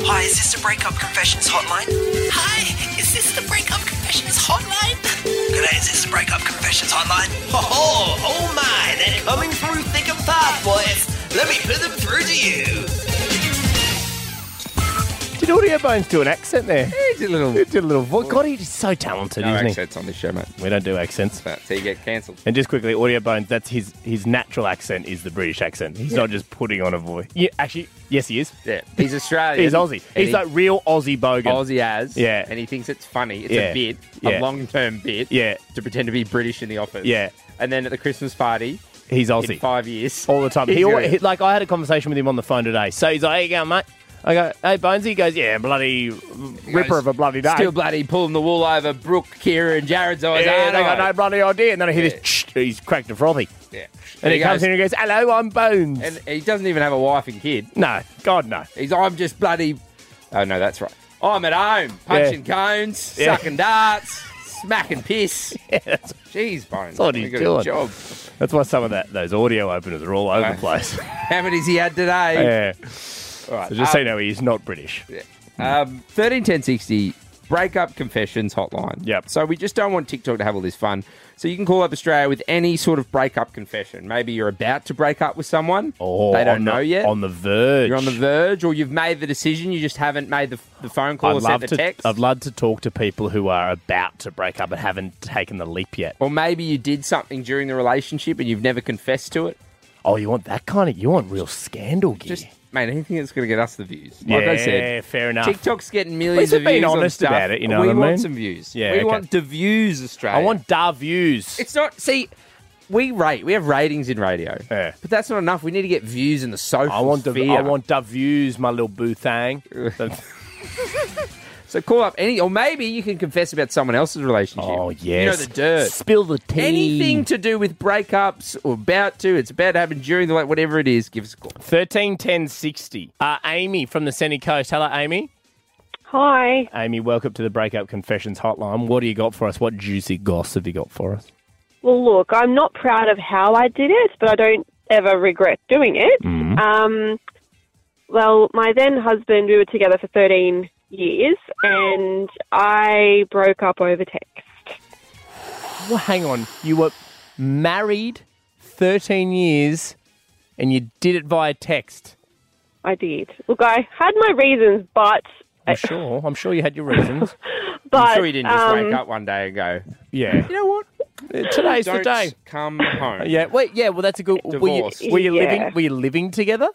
Speaker 5: Hi, is this the Breakup Confessions Hotline? Hi, is this the Breakup Confessions Hotline? G'day, is this the Breakup Confessions Hotline? Ho ho! Oh my, they're coming through thick and fast, boys. Let me put them through to you. you.
Speaker 3: Did Audio Bones do an accent there?
Speaker 4: He did a little.
Speaker 3: He did a little voice. God, he's so talented,
Speaker 4: No
Speaker 3: isn't
Speaker 4: accents on this show, mate.
Speaker 3: We don't do accents.
Speaker 4: so you get cancelled.
Speaker 3: he? And just quickly, Audio Bones, that's his his natural accent is the British accent. He's
Speaker 4: Yeah.
Speaker 3: not just putting on a voice. Yeah, actually, yes, he is.
Speaker 4: Yeah, he's Australian.
Speaker 3: He's Aussie.
Speaker 4: and
Speaker 3: He's
Speaker 4: he-
Speaker 3: like real Aussie bogan.
Speaker 4: Aussie as.
Speaker 3: Yeah.
Speaker 4: And he thinks it's funny. It's
Speaker 3: Yeah.
Speaker 4: a bit, a
Speaker 3: Yeah.
Speaker 4: long term bit.
Speaker 3: Yeah.
Speaker 4: To pretend to be British in the office.
Speaker 3: Yeah.
Speaker 4: And then at the Christmas party,
Speaker 3: He's
Speaker 4: in
Speaker 3: Aussie.
Speaker 4: five years.
Speaker 3: all the time. He,
Speaker 4: He's
Speaker 3: alwa-
Speaker 4: good.
Speaker 3: he- like I had a conversation with him on the phone today. So he's like, "Hey, you going, mate?" I go, "Hey, Bonesy." He goes, "Yeah, bloody ripper of a bloody day."
Speaker 4: Still bloody pulling the wool over Brooke, Kira, and Jared's eyes. Ah,
Speaker 3: yeah,
Speaker 4: aren't
Speaker 3: they got
Speaker 4: I?
Speaker 3: no bloody idea. And then I hear this, "Tsh," he's cracked a frothy.
Speaker 4: Yeah.
Speaker 3: And he, comes in and he goes, hello, I'm Bones.
Speaker 4: And he doesn't even have a wife and kid.
Speaker 3: No, God, no.
Speaker 4: He's, I'm just bloody. Oh, no, that's right. I'm at home, punching cones,
Speaker 3: Yeah.
Speaker 4: sucking darts, smacking piss. Jeez, Bones.
Speaker 3: That's what he's
Speaker 4: you got a
Speaker 3: doing.
Speaker 4: job.
Speaker 3: That's why some of that those audio openers are all over the place.
Speaker 4: How many's he had today?
Speaker 3: yeah.
Speaker 4: All right.
Speaker 3: So just so you
Speaker 4: um,
Speaker 3: know, he's not British.
Speaker 4: Um, 13 10 60 breakup confessions hotline. Yep. So we just don't want TikTok to have all this fun. So you can call up Australia with any sort of breakup confession. Maybe you're about to break up with someone.
Speaker 3: Oh,
Speaker 4: they
Speaker 3: on
Speaker 4: don't
Speaker 3: the-
Speaker 4: know yet.
Speaker 3: On the verge.
Speaker 4: You're on the verge, or you've made the decision. You just haven't made the, the phone call
Speaker 3: I'd
Speaker 4: or sent
Speaker 3: love
Speaker 4: the
Speaker 3: to.
Speaker 4: text.
Speaker 3: I'd love to talk to people who are about to break up and haven't taken the leap yet.
Speaker 4: Or maybe you did something during the relationship and you've never confessed to it.
Speaker 3: Oh, you want that kind of? You want real scandal gear?
Speaker 4: Just, mate, anything that's going to get us the views. Like I
Speaker 3: Yeah,
Speaker 4: said,
Speaker 3: fair enough.
Speaker 4: TikTok's getting
Speaker 3: At
Speaker 4: millions
Speaker 3: least
Speaker 4: of
Speaker 3: we've
Speaker 4: views.
Speaker 3: been
Speaker 4: on
Speaker 3: honest
Speaker 4: stuff.
Speaker 3: about it. You know
Speaker 4: we
Speaker 3: what I mean?
Speaker 4: want some views.
Speaker 3: Yeah,
Speaker 4: we
Speaker 3: okay.
Speaker 4: want the views, Australia.
Speaker 3: I want da views.
Speaker 4: It's not. See, we rate. We have ratings in radio. Yeah. But that's not enough. We need to get views in the social.
Speaker 3: I want the.
Speaker 4: sphere.
Speaker 3: I want da views, my little boo thang.
Speaker 4: So call up any, or maybe you can confess about someone else's relationship. Oh you know
Speaker 3: yes.
Speaker 4: the dirt,
Speaker 3: Spill the tea.
Speaker 4: Anything to do with breakups or about to, it's about to happen during the whatever it is. Give us a call.
Speaker 3: Thirteen ten sixty. Uh, Amy from the Sunny Coast. Hello, Amy.
Speaker 21: Hi.
Speaker 3: Amy, welcome to the Breakup Confessions Hotline. What do you got for us? What juicy goss have you got for us?
Speaker 21: Well, look, I'm not proud of how I did it, but I don't ever regret doing it.
Speaker 3: Mhm.
Speaker 21: Um, well, my then husband, we were together for 13 years, and I broke up over text.
Speaker 3: Well, hang on. You were married 13 years and you did it via text.
Speaker 21: I did. Look, I had my reasons, but
Speaker 3: I'm sure. I'm sure you had your reasons.
Speaker 21: but
Speaker 4: I'm sure you didn't just
Speaker 21: um,
Speaker 4: wake up one day and go,
Speaker 3: Yeah.
Speaker 4: you know what?
Speaker 3: Today's the
Speaker 4: Don't
Speaker 3: day.
Speaker 4: Come home.
Speaker 3: Yeah. Wait. Yeah. Well, that's a good. Were you,
Speaker 4: Divorce.
Speaker 3: were you
Speaker 21: Yeah.
Speaker 3: living? Were you living together?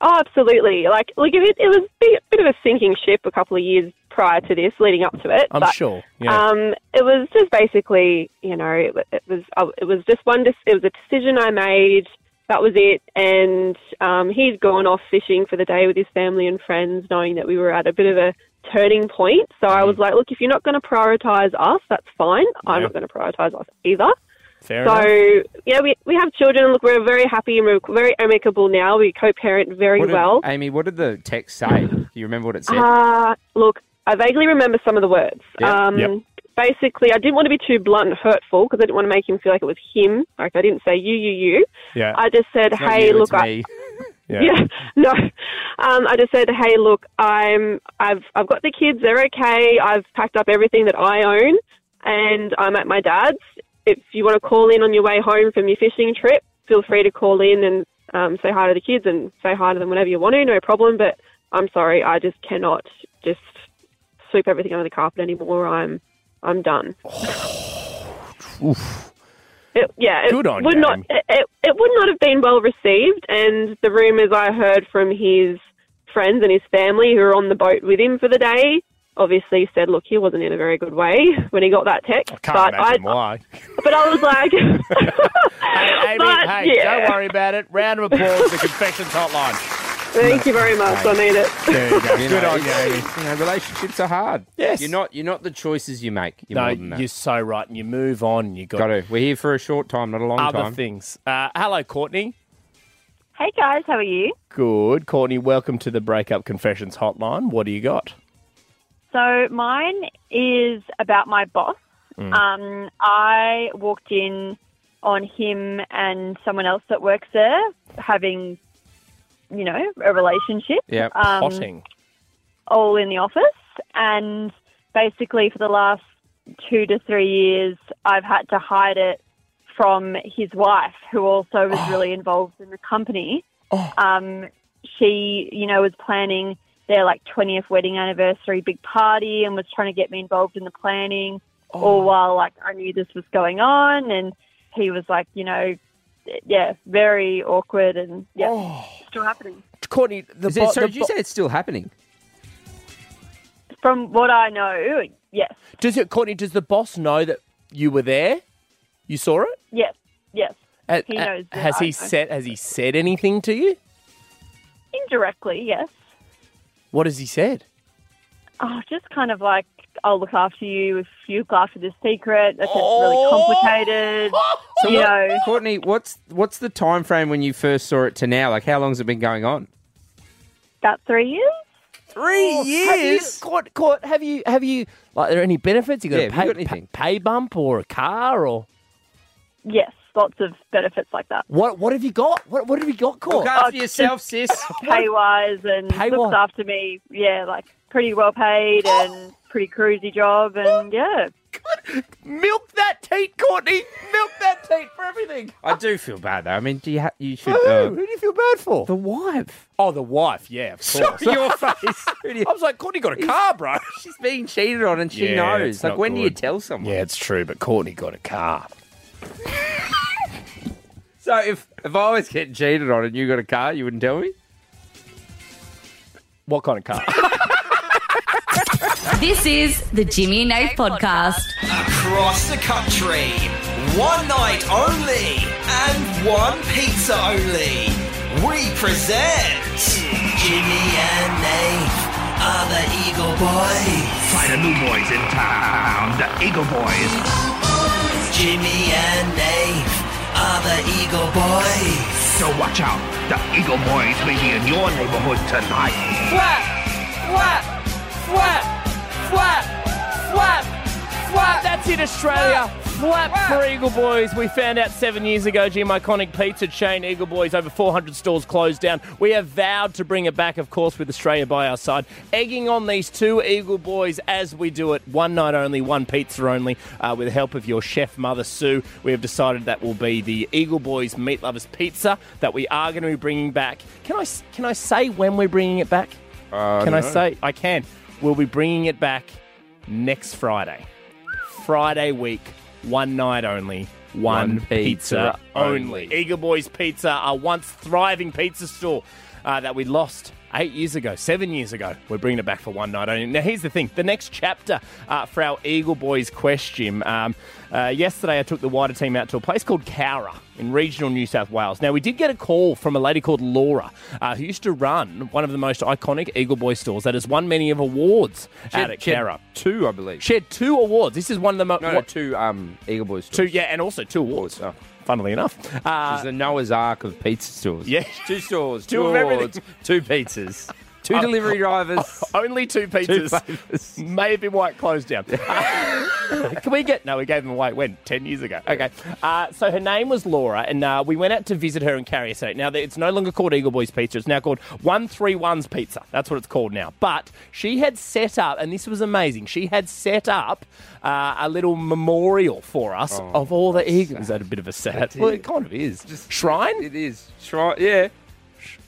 Speaker 21: Oh, absolutely. Like, look, it, it was a bit, bit of a sinking ship a couple of years prior to this, leading up to it.
Speaker 3: I'm
Speaker 21: but,
Speaker 3: sure, yeah.
Speaker 21: Um, it was just basically, you know, it, wa- it was uh, it was just one. Dis- it was a decision I made. That was it. And um, he'd gone off fishing for the day with his family and friends, knowing that we were at a bit of a turning point. So I was like, look, if you're not going to prioritise us, that's fine. I'm
Speaker 3: Mm. Yeah.
Speaker 21: not going to prioritise us either
Speaker 3: Fair
Speaker 21: so
Speaker 3: enough.
Speaker 21: yeah, we, we have children. Look, we're very happy and we're very amicable now. We co-parent very
Speaker 4: What did-
Speaker 21: well.
Speaker 4: Amy, what did the text say? Do you remember what it said?
Speaker 21: Uh, look, I vaguely remember some of the words.
Speaker 4: Yeah,
Speaker 21: Um,
Speaker 4: yep.
Speaker 21: Basically, I didn't want to be too blunt and hurtful because I didn't want to make him feel like it was him. Like I didn't say you, you, you.
Speaker 3: Yeah.
Speaker 21: I just said,
Speaker 4: It's not
Speaker 21: hey,
Speaker 4: you,
Speaker 21: look,
Speaker 4: it's
Speaker 21: I,
Speaker 4: me.
Speaker 3: Yeah.
Speaker 21: no. Um, I just said, hey, look, I'm, I've, I've got the kids. They're okay. I've packed up everything that I own, and I'm at my dad's. If you want to call in on your way home from your fishing trip, feel free to call in and um, say hi to the kids and say hi to them whenever you want to. No problem. But I'm sorry, I just cannot just sweep everything under the carpet anymore. I'm, I'm done.
Speaker 3: Oof.
Speaker 21: It, yeah, it
Speaker 3: Good on
Speaker 21: would
Speaker 3: you,
Speaker 21: not
Speaker 3: Amy.
Speaker 21: it, it, it would not have been well received, and the rumours I heard from his friends and his family who were on the boat with him for the day obviously said, "Look, he wasn't in a very good way when he got that text."
Speaker 3: Can't
Speaker 21: but I,
Speaker 3: imagine why.
Speaker 21: but I was like,
Speaker 3: Amy,
Speaker 21: but,
Speaker 3: hey,
Speaker 21: yeah.
Speaker 3: don't worry about it. Round of applause. the Confessions Hotline.
Speaker 21: Thank you very much. I need it.
Speaker 3: There you go.
Speaker 4: You
Speaker 3: Good
Speaker 4: know,
Speaker 3: on you,
Speaker 4: it's- You
Speaker 3: Amy.
Speaker 4: know, relationships are hard.
Speaker 3: Yes.
Speaker 4: You're not you're not the choices you make. You're
Speaker 3: No,
Speaker 4: more than that.
Speaker 3: you're so right, and you move on. And you got,
Speaker 4: Got to. We're here for a short time, not a long
Speaker 3: other
Speaker 4: time.
Speaker 3: things. Uh, hello, Courtney.
Speaker 22: Hey guys, how are you?
Speaker 3: Good, Courtney. Welcome to the Breakup Confessions Hotline. What do you got?
Speaker 22: So mine is about my boss.
Speaker 3: Mm.
Speaker 21: Uh,
Speaker 22: Um, I walked in on him and someone else that works there having, you know, a relationship.
Speaker 3: Yeah,
Speaker 22: um,
Speaker 3: potting.
Speaker 22: All in the office, and basically for the last two to three years, I've had to hide it
Speaker 4: Oh.
Speaker 22: from his wife, who also was really involved in the company. Um, she, you know, was planning their like 20th wedding anniversary big party and was trying to get me involved in the planning
Speaker 4: Oh.
Speaker 22: all while like I knew this was going on and he was like, you know, yeah, very awkward and yeah, still happening.
Speaker 3: Courtney, the
Speaker 4: Oh. Is it-
Speaker 22: bo-
Speaker 4: sorry,
Speaker 22: the
Speaker 4: did you
Speaker 22: bo-
Speaker 4: say it's still happening?
Speaker 22: From what I know, yes,
Speaker 3: Does it, Courtney? Does the boss know that you were there? You saw it.
Speaker 22: yes, yes.
Speaker 3: Uh,
Speaker 22: he
Speaker 3: uh,
Speaker 22: knows. that
Speaker 3: Has
Speaker 22: I
Speaker 3: he
Speaker 22: know.
Speaker 3: said? Has he said anything to you?
Speaker 22: indirectly? Yes.
Speaker 3: What has he said?
Speaker 22: Oh, just kind of like I'll look after you if you look after this secret. That's
Speaker 3: Oh.
Speaker 22: really complicated. you
Speaker 4: what-
Speaker 22: know,
Speaker 4: Courtney, what's what's the time frame when you first saw it to now? Like, how long's it been going on?
Speaker 22: about three years.
Speaker 3: Three
Speaker 22: years?
Speaker 3: Court, court, have you have you like? Are there any benefits? You got
Speaker 4: Yeah,
Speaker 3: a
Speaker 4: have
Speaker 3: pay,
Speaker 4: you
Speaker 3: pa- pay bump or a car or
Speaker 22: Yes, lots of benefits like that.
Speaker 3: what? What have you got? What What have you got, Oh, Court?
Speaker 4: sis.
Speaker 22: Pay wise and
Speaker 3: Pay-wise.
Speaker 22: looks after me. Yeah, like pretty well paid and pretty cruisy job and yeah.
Speaker 3: Milk that teat, Courtney. Milk that teat for everything.
Speaker 4: I do feel bad though. I mean, do you ha- you should?
Speaker 3: Who?
Speaker 4: uh,
Speaker 3: Who do you feel bad for? The
Speaker 4: wife.
Speaker 3: Oh, the wife. Yeah, of
Speaker 4: Sorry,
Speaker 3: course.
Speaker 4: your face. I
Speaker 3: was like, Courtney got a car, bro.
Speaker 4: She's being cheated on, and she
Speaker 3: Yeah,
Speaker 4: knows.
Speaker 3: it's
Speaker 4: Like,
Speaker 3: not
Speaker 4: when do you
Speaker 3: good.
Speaker 4: tell someone?
Speaker 3: Yeah, it's true. But Courtney got a car.
Speaker 4: So if if I was getting cheated on and you got a car, you wouldn't tell me.
Speaker 3: What kind of car?
Speaker 2: This is the Jimmy and Nate podcast.
Speaker 5: Across the country, one night only, and one pizza only. We present Jimmy and Nate are the Eagle Boys.
Speaker 9: Find a new boys in town, the Eagle Boys.
Speaker 5: Jimmy and Nate are the Eagle Boys.
Speaker 9: So watch out, the Eagle Boys may be in your neighborhood tonight.
Speaker 5: Flap, flap, flap, flap, flap, flap.
Speaker 3: That's it, Australia. Flap for Eagle Boys. We found out seven years ago, Jim, iconic pizza chain Eagle Boys, over 400 stores closed down. We have vowed to bring it back, of course, with Australia by our side. Egging on these two Eagle Boys as we do it, one night only, one pizza only, uh, with the help of your chef mother, Sue. We have decided that will be the Eagle Boys Meat Lovers Pizza that we are going to be bringing back. Can I, s- can I say when we're bringing it back?
Speaker 4: I
Speaker 3: can
Speaker 4: don't
Speaker 3: I
Speaker 4: know.
Speaker 3: say? I can. We'll be bringing it back next Friday. Friday week, one night only, one,
Speaker 4: One pizza
Speaker 3: pizza, only. Eagle Boys Pizza, our once thriving pizza store uh, that we lost eight years ago, seven years ago. We're bringing it back for one night only. Now, here's the thing the next chapter uh, for our Eagle Boys quest, Jim. Um, uh, yesterday, I took the wider team out to a place called Cowra in regional New South Wales. Now, we did get a call from a lady called Laura, uh, who used to run one of the most iconic Eagle Boys stores that has won many of awards
Speaker 4: She had-
Speaker 3: out at
Speaker 4: she had
Speaker 3: Cowra.
Speaker 4: Two, I believe.
Speaker 3: She had two awards. This is one of the most.
Speaker 4: No, no, two um, Eagle Boys.
Speaker 3: Two, yeah, and also two awards. Funnily enough, uh,
Speaker 4: she's the Noah's Ark of pizza stores.
Speaker 3: Yeah.
Speaker 4: two stores,
Speaker 3: Two
Speaker 4: two,
Speaker 3: of everything.
Speaker 4: awards, two pizzas, two
Speaker 3: Uh,
Speaker 4: delivery drivers.
Speaker 3: Only two pizzas. May have been white closed down. Uh, can we get? No, we gave them away when ten years ago. Okay. Uh, so her name was Laura, and uh, we went out to visit her in Carrier State. Now it's no longer called Eagle Boys Pizza; it's now called One Three Ones Pizza. That's what it's called now. But she had set up, and this was amazing. She had set up uh, a little memorial for us
Speaker 4: Oh,
Speaker 3: of all the eagles. Is that a bit of a sad?
Speaker 4: That
Speaker 3: Well,
Speaker 4: is.
Speaker 3: it kind of is. shrine.
Speaker 4: It is shrine. Yeah.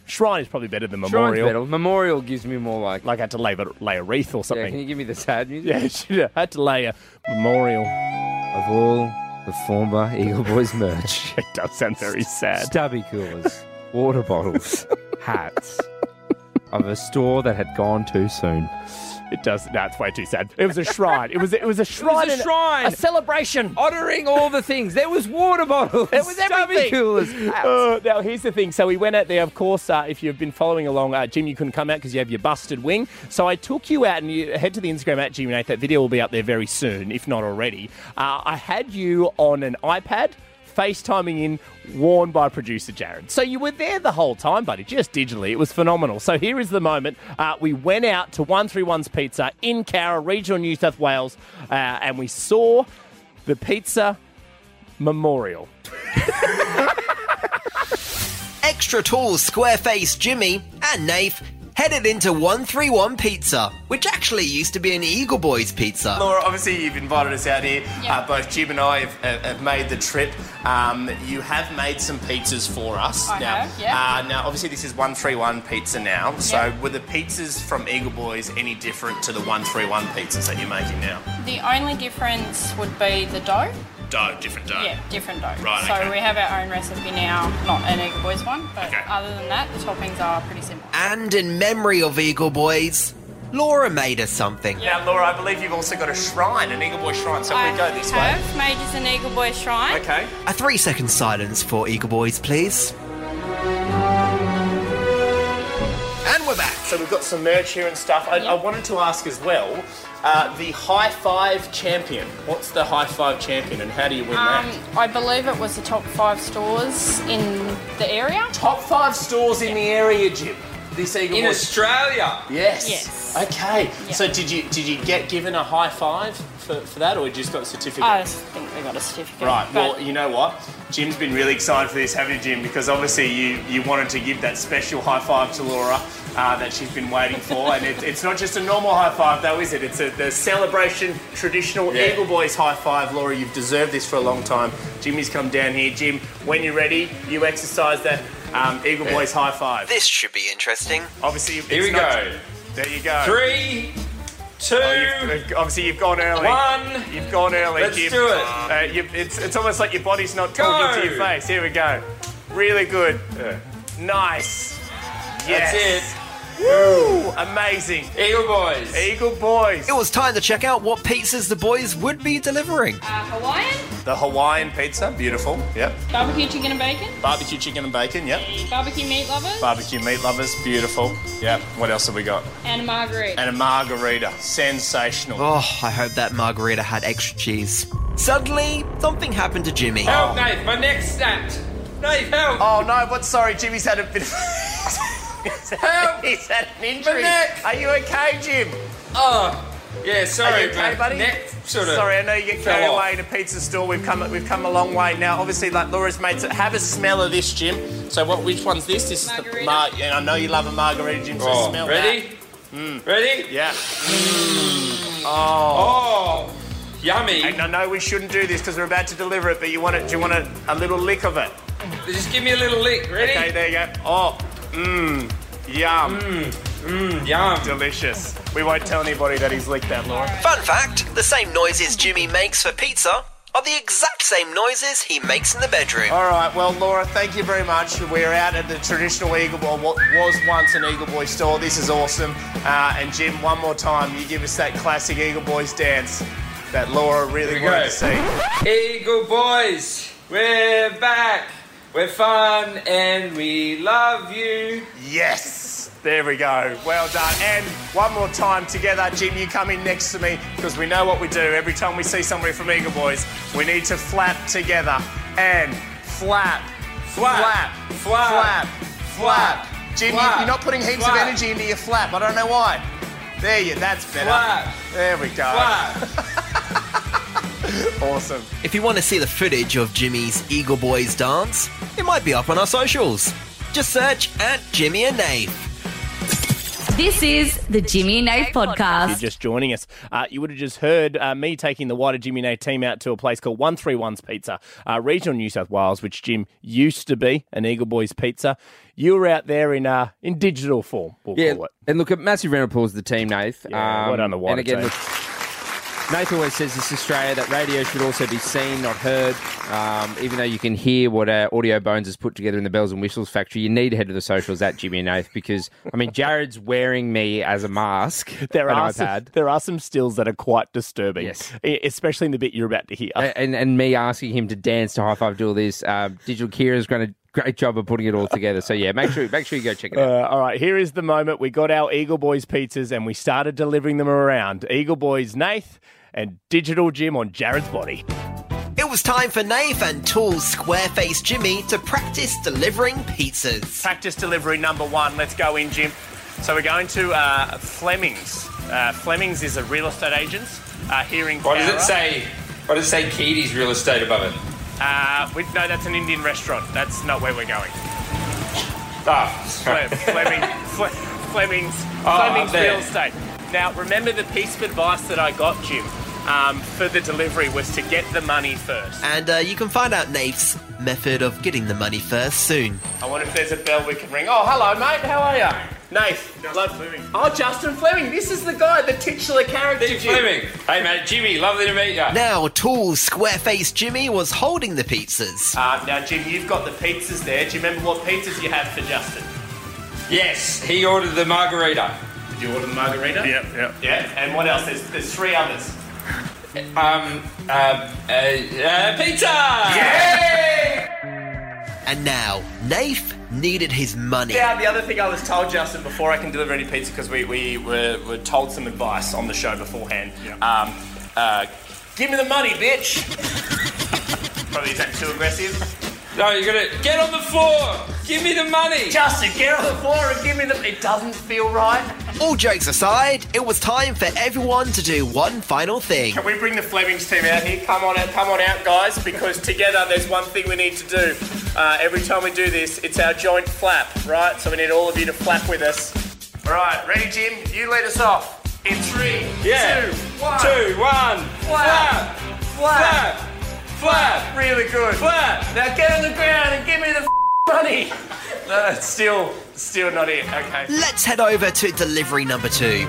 Speaker 3: Shrine is probably better than
Speaker 4: Shrine's
Speaker 3: memorial.
Speaker 4: better. Memorial gives me more like
Speaker 3: like I had to lay, lay a wreath or something.
Speaker 4: Yeah, can you give me the sad music?
Speaker 3: Yeah, she had to lay a memorial
Speaker 4: of all the former Eagle Boys merch.
Speaker 3: it does sound very sad.
Speaker 4: Stubby coolers, water bottles, hats of a store that had gone too soon.
Speaker 3: It does. That's way too sad. It was a shrine. It was. It was a shrine. and-
Speaker 4: shrine.
Speaker 3: A celebration.
Speaker 4: Honouring all the things. There was water bottles.
Speaker 3: It was
Speaker 4: stubby
Speaker 3: everything.
Speaker 4: coolers. hats.
Speaker 3: Uh, now, here's the thing. So we went out there. Of course, uh, if you've been following along, uh, Jim, you couldn't come out because you have your busted wing. So I took you out, and you head to the Instagram at Jim and Nate. That video will be up there very soon, if not already. Uh, I had you on an iPad. FaceTiming in, worn by producer Jared. So you were there the whole time, buddy, just digitally. It was phenomenal. So here is the moment. Uh, we went out to 131's Pizza in Cowra, regional New South Wales, uh, and we saw the pizza memorial.
Speaker 5: Extra tall, square faced Jimmy and Nath head headed into 131 Pizza, which actually used to be an Eagle Boys pizza.
Speaker 3: Laura, obviously you've invited us out here. Uh, both Jim and I have, have, have made the trip. Um, you have made some pizzas for us.
Speaker 23: I
Speaker 3: now,
Speaker 23: have, yeah.
Speaker 3: uh, now, obviously this is 131 pizza now. So were the pizzas from Eagle Boys any different to the 131 pizzas that you're making now?
Speaker 23: The only difference would be the dough.
Speaker 3: Dough, different dough.
Speaker 23: Yeah, different dough.
Speaker 3: Right,
Speaker 23: so
Speaker 3: okay.
Speaker 23: we have our own recipe now, not an Eagle Boys one, but other than that, the toppings are pretty simple.
Speaker 5: And in memory of Eagle Boys, Laura made us something.
Speaker 3: Now, Laura, I believe you've also got a shrine, an Eagle Boy shrine. So if we go this
Speaker 23: I
Speaker 3: way.
Speaker 23: have made us an Eagle Boys shrine.
Speaker 3: Okay.
Speaker 5: A three second silence for Eagle Boys, please.
Speaker 3: And we're back. So we've got some merch here and stuff. I, I wanted to ask as well uh, the high five champion. What's the high five champion and how do you win
Speaker 23: Um,
Speaker 3: that?
Speaker 23: I believe it was the top five stores in the area.
Speaker 3: Top five stores in the area, Jim. This Eagle
Speaker 23: In
Speaker 3: Boys-
Speaker 23: Australia?
Speaker 3: Yes.
Speaker 23: Yes.
Speaker 3: Okay. So did you did you get given a high five for, for that, or you just got a certificate?
Speaker 23: I think they got a certificate.
Speaker 3: Right.
Speaker 23: but-
Speaker 3: Well, you know what? Jim's been really excited for this, haven't you, Jim? Because obviously you, you wanted to give that special high five to Laura uh, that she's been waiting for, and it, it's not just a normal high five though, is it? It's a the celebration traditional
Speaker 19: Yeah.
Speaker 3: Eagle Boys high five, Laura. You've deserved this for a long time. Jimmy's come down here. Jim, when you're ready, you exercise that um, Eagle Boys high five.
Speaker 5: This should be interesting.
Speaker 3: Obviously, it's
Speaker 5: Here we
Speaker 3: not-
Speaker 5: go.
Speaker 3: There you go.
Speaker 5: Three,
Speaker 3: two. obviously, you've gone early.
Speaker 5: one.
Speaker 3: You've gone early.
Speaker 5: Let's
Speaker 3: Jim.
Speaker 5: do it.
Speaker 3: Uh, you, it's, it's almost like your body's not
Speaker 5: Go.
Speaker 3: talking to your face. Here we go. Really good. Nice. Yes. it. Woo! Amazing.
Speaker 5: Eagle Boys.
Speaker 3: Eagle Boys.
Speaker 5: It was time to check out what pizzas the boys would be delivering.
Speaker 23: Uh, Hawaiian,
Speaker 3: The Hawaiian pizza, beautiful. Yep.
Speaker 23: barbecue chicken and bacon,
Speaker 3: Barbecue chicken and bacon, yep.
Speaker 23: barbecue meat lovers,
Speaker 3: Barbecue meat lovers, beautiful. Yep. What else have we got?
Speaker 23: and a margarita.
Speaker 3: And a margarita, sensational.
Speaker 5: Oh, I hope that margarita had extra cheese. Suddenly, something happened to Jimmy.
Speaker 3: Help,
Speaker 5: Nate.
Speaker 3: My neck's snapped. Dave, help! Oh no, what? Sorry, Jimmy's had a bit of. help! He's had an injury.
Speaker 23: neck.
Speaker 3: Are you okay, Jim? Oh,
Speaker 23: yeah,
Speaker 3: Are
Speaker 23: sorry,
Speaker 3: you okay,
Speaker 23: my
Speaker 3: buddy?
Speaker 23: neck sorta
Speaker 3: sorry, I know you get
Speaker 23: fell
Speaker 3: carried
Speaker 23: off.
Speaker 3: away in a pizza store. We've come, we've come a long way now. Obviously, like Laura's made, so have a smell of this, Jim. So, what? Which one's this? This is the mar- and I know you love a margarita, Jim. So
Speaker 4: Oh,
Speaker 3: smell
Speaker 4: ready?
Speaker 3: that. Mm.
Speaker 4: Ready?
Speaker 3: Yeah. Oh. Yummy. And I know we shouldn't do this because we're about to deliver it, but you want it? Do you want a, a little lick of it?
Speaker 4: Just give me a little lick. Ready?
Speaker 3: Okay, there you go. Oh, mmm, yum. Mmm, mmm, yum. Delicious. We won't tell anybody that he's licked that, Laura.
Speaker 5: Fun fact the same noises Jimmy makes for pizza are the exact same noises he makes in the bedroom.
Speaker 3: All right, well, Laura, thank you very much. We're out at the traditional Eagle Boy, what was once an Eagle Boy store. This is awesome. Uh, and Jim, one more time, you give us that classic Eagle Boys dance that Laura really
Speaker 4: Here we go.
Speaker 3: wanted to see.
Speaker 4: Eagle boys, we're back. We're fun and we love you.
Speaker 3: Yes. There we go. Well done. And one more time together, Jim, you come in next to me because we know what we do. Every time we see somebody from Eagle Boys, we need to flap together and flap, flap, flap, flap, flap. Jim, you-
Speaker 23: flap,
Speaker 3: you're not putting heaps
Speaker 23: flap.
Speaker 3: of energy into your flap. I don't know why. There you. That's better.
Speaker 5: Flap.
Speaker 3: There we go. awesome.
Speaker 5: If you want to see the footage of Jimmy's Eagle Boys dance, it might be up on our socials. Just search at Jimmy and Nate.
Speaker 2: This is the Jimmy and Nate
Speaker 24: If
Speaker 2: podcast.
Speaker 24: you're just joining us, uh, you would have just heard uh, me taking the wider Jimmy Nay team out to a place called 131's Pizza, uh, regional New South Wales, which Jim used to be an Eagle Boys Pizza. You were out there in uh, in digital form, we'll
Speaker 4: yeah,
Speaker 24: call it.
Speaker 4: and look, a massive round of applause to the team, Nath. Um,
Speaker 24: Yeah, well done to Whiter
Speaker 4: And again,
Speaker 24: team.
Speaker 4: look, Nath always says this Australia that radio should also be seen, not heard. Um, even though you can hear what uh, Audio Bones has put together in the Bells and Whistles factory, you need to head to the socials at Jimmy and Nath because I mean, Jared's wearing me as a mask.
Speaker 24: There
Speaker 4: an
Speaker 24: are,
Speaker 4: iPad.
Speaker 24: some, there are some stills that are quite disturbing, e- especially in the bit you're about to hear.
Speaker 4: A- and and me asking him to dance to high five, do all this. Um, Digital Kira's done a great job of putting it all together. So yeah, make sure make sure you go check it out.
Speaker 24: Uh, all right, here is the moment. We got our Eagle Boys pizzas and we started delivering them around. Eagle Boys Nath and Digital Jim on Jared's body.
Speaker 5: It was time for Nath and tall, square faced Jimmy to practice delivering pizzas.
Speaker 3: Practice delivery number one. Let's go in, Jim. So we're going to uh, Fleming's. Uh, Fleming's is a real estate agent uh, here in
Speaker 4: What does it
Speaker 3: Cowra.
Speaker 4: say? What does it say? Keaty's real estate above it.
Speaker 3: Uh, we, no, that's an Indian restaurant. That's not where we're going. Ah, Fle- Fleming, Fle- Fleming's,
Speaker 4: Oh,
Speaker 3: Fleming's
Speaker 4: there.
Speaker 3: real estate. Now, remember the piece of advice that I got, Jim, um, for the delivery was to get the money first.
Speaker 5: And uh, you can find out Nate's method of getting the money first soon.
Speaker 3: I wonder if there's a bell we can ring. Oh, hello, mate. How are you? Nath. Love- Oh, Justin Fleming. This is the guy, the titular character. Jim.
Speaker 4: Hey, mate, Jimmy, lovely to meet you.
Speaker 5: Now, tall, square faced Jimmy was holding the pizzas.
Speaker 3: Uh, now, Jim, you've got the pizzas there. Do you remember what pizzas you had for Justin?
Speaker 4: Yes, he ordered the margarita.
Speaker 3: Did you order the margarita?
Speaker 4: Yep, yep.
Speaker 3: Yeah. And what else? There's, there's three others.
Speaker 4: Um, uh, uh, uh, pizza!
Speaker 5: And now, Nath needed his money.
Speaker 3: Yeah, the other thing I was told, Justin, before I can deliver any pizza, because we, we were, were told some advice on the show beforehand. Um, uh, Give me the money, bitch! Probably is that too aggressive?
Speaker 4: No, you're gonna get on the floor. Give me the money,
Speaker 3: Justin. Get on the floor and give me the. It doesn't feel right.
Speaker 5: All jokes aside, it was time for everyone to do one final thing.
Speaker 3: Can we bring the Flemings team out here? Come on out, come on out, guys, because together there's one thing we need to do. Uh, every time we do this, it's our joint flap, right? So we need all of you to flap with us. All right, ready, Jim? You lead us off. In three,
Speaker 4: Yeah.
Speaker 3: two, one.
Speaker 4: Two, one.
Speaker 3: Flap, flap,
Speaker 4: flap.
Speaker 3: Really good. Flap. Now get on the ground and give me the money. No, it's still, still not it. Okay.
Speaker 5: Let's head over to delivery number two.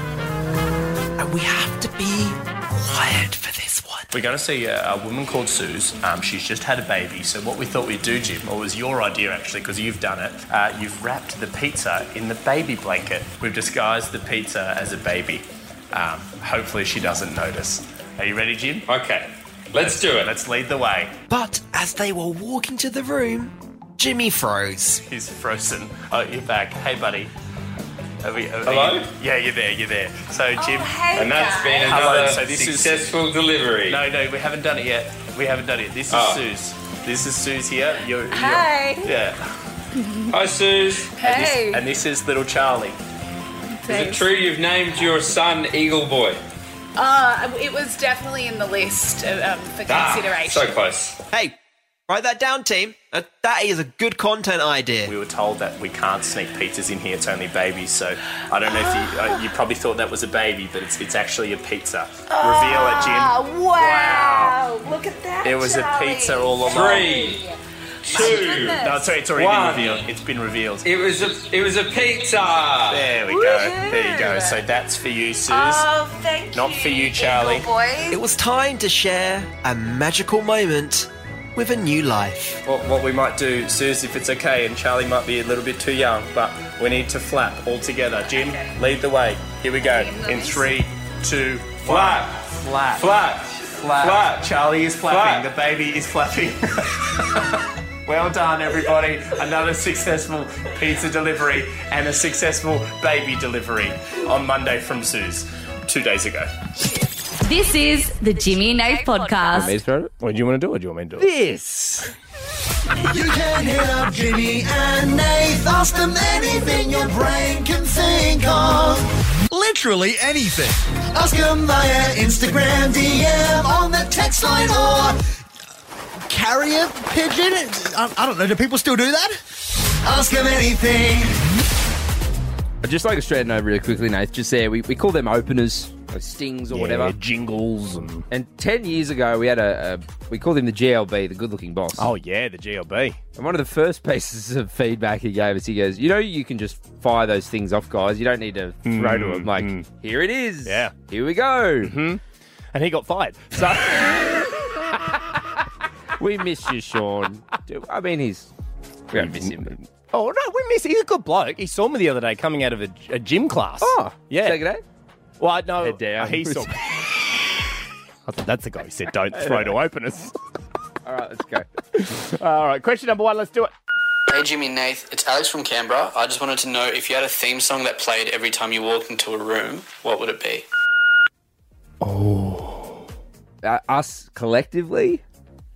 Speaker 5: And we have to be quiet for this one.
Speaker 3: We're going to see a, a woman called Suze. Um, she's just had a baby. So what we thought we'd do, Jim, or was your idea actually, because you've done it. Uh, you've wrapped the pizza in the baby blanket. We've disguised the pizza as a baby. Um, hopefully she doesn't notice. Are you ready, Jim? Okay. Let's do it. Let's lead the way.
Speaker 5: But as they were walking to the room, Jimmy froze.
Speaker 3: He's frozen. Oh, you're back. Hey, buddy. Are we- are- are
Speaker 4: Hello?
Speaker 3: you- yeah, you're there. You're there. So,
Speaker 1: Oh,
Speaker 3: Jim,
Speaker 4: hey, And that's been
Speaker 3: Hello,
Speaker 4: another
Speaker 3: so this is-
Speaker 4: successful delivery.
Speaker 3: No, no, we haven't done it yet. We haven't done it. This is
Speaker 4: Oh.
Speaker 3: Suze. This is Suze here. You're, you're-
Speaker 1: Hi.
Speaker 3: yeah.
Speaker 4: Hi, Suze.
Speaker 1: Hey.
Speaker 3: And this is little Charlie.
Speaker 1: Thanks.
Speaker 4: you've named your son Eagle Boy?
Speaker 1: Uh, it was definitely in the list um, for consideration.
Speaker 4: Ah, close.
Speaker 5: Hey, write that down, team. Uh, that is a good content idea.
Speaker 3: We were told that we can't sneak pizzas in here. It's only babies. So I don't know if you uh, you probably thought that was a baby, but it's it's actually a pizza. Reveal it, Jim.
Speaker 1: Oh, wow. Look at that.
Speaker 3: It was a
Speaker 1: Charlie.
Speaker 3: pizza all along.
Speaker 4: Three, two,
Speaker 3: No, sorry, it's already
Speaker 4: Oh, one.
Speaker 3: been revealed. It's been revealed.
Speaker 4: It was a it was a pizza.
Speaker 3: There we go. There you go. So that's for you, Suze.
Speaker 1: Oh, thank
Speaker 3: Not for you, Charlie.
Speaker 5: It was time to share a magical moment with a new life.
Speaker 3: What, what we might do, Suze, if it's okay, and Charlie might be a little bit too young, but we need to flap all together. Jim, lead the way. Here we go. In three, two, one.
Speaker 4: Flap.
Speaker 3: Flap.
Speaker 4: Flap.
Speaker 3: Flap.
Speaker 4: Flap.
Speaker 3: Charlie is flapping. The baby is flapping. well done, everybody. Another successful pizza delivery and a successful baby delivery on Monday from Suze, two days ago.
Speaker 2: This is the Jimmy and Nate podcast.
Speaker 16: Or do you want to do it? Do you want me to do it?
Speaker 5: This. you can hit up Jimmy and Nate. Ask them anything your brain can think of. Literally anything. Ask them via Instagram DM on the text line or carrier pigeon. I, I don't know. Do people still do that? Ask them anything.
Speaker 4: I'd just like to straighten over really quickly, Nath. Just there, we, we call them openers, or stings, or
Speaker 16: Yeah,
Speaker 4: whatever.
Speaker 16: Jingles and.
Speaker 4: And ten years ago, we had a, a we called him the GLB, the good-looking boss.
Speaker 16: Oh, yeah, the GLB.
Speaker 4: And one of the first pieces of feedback he gave us, he goes, "You know, you can just fire those things off, guys. You don't need to throw to
Speaker 16: Mm,
Speaker 4: 'em. Like, here it is. Yeah, here we go. Mm-hmm.
Speaker 16: And he got fired. So
Speaker 4: we miss you, Sean. Do- I mean, he's we don't miss him. but-
Speaker 16: Oh, no, we miss. He's a good bloke. He saw me the other day coming out of a, a gym class.
Speaker 4: Oh,
Speaker 16: yeah.
Speaker 4: Say good day?
Speaker 16: Well, I- no,
Speaker 4: down.
Speaker 16: he saw me. I thought that's the guy who said don't throw to openers.
Speaker 4: All right, let's go.
Speaker 16: All right, question number one. Let's do it.
Speaker 25: Hey Jimmy and Nath, it's Alex from Canberra. I just wanted to know if you had a theme song that played every time you walked into a room, what would it be?
Speaker 4: Uh, us collectively.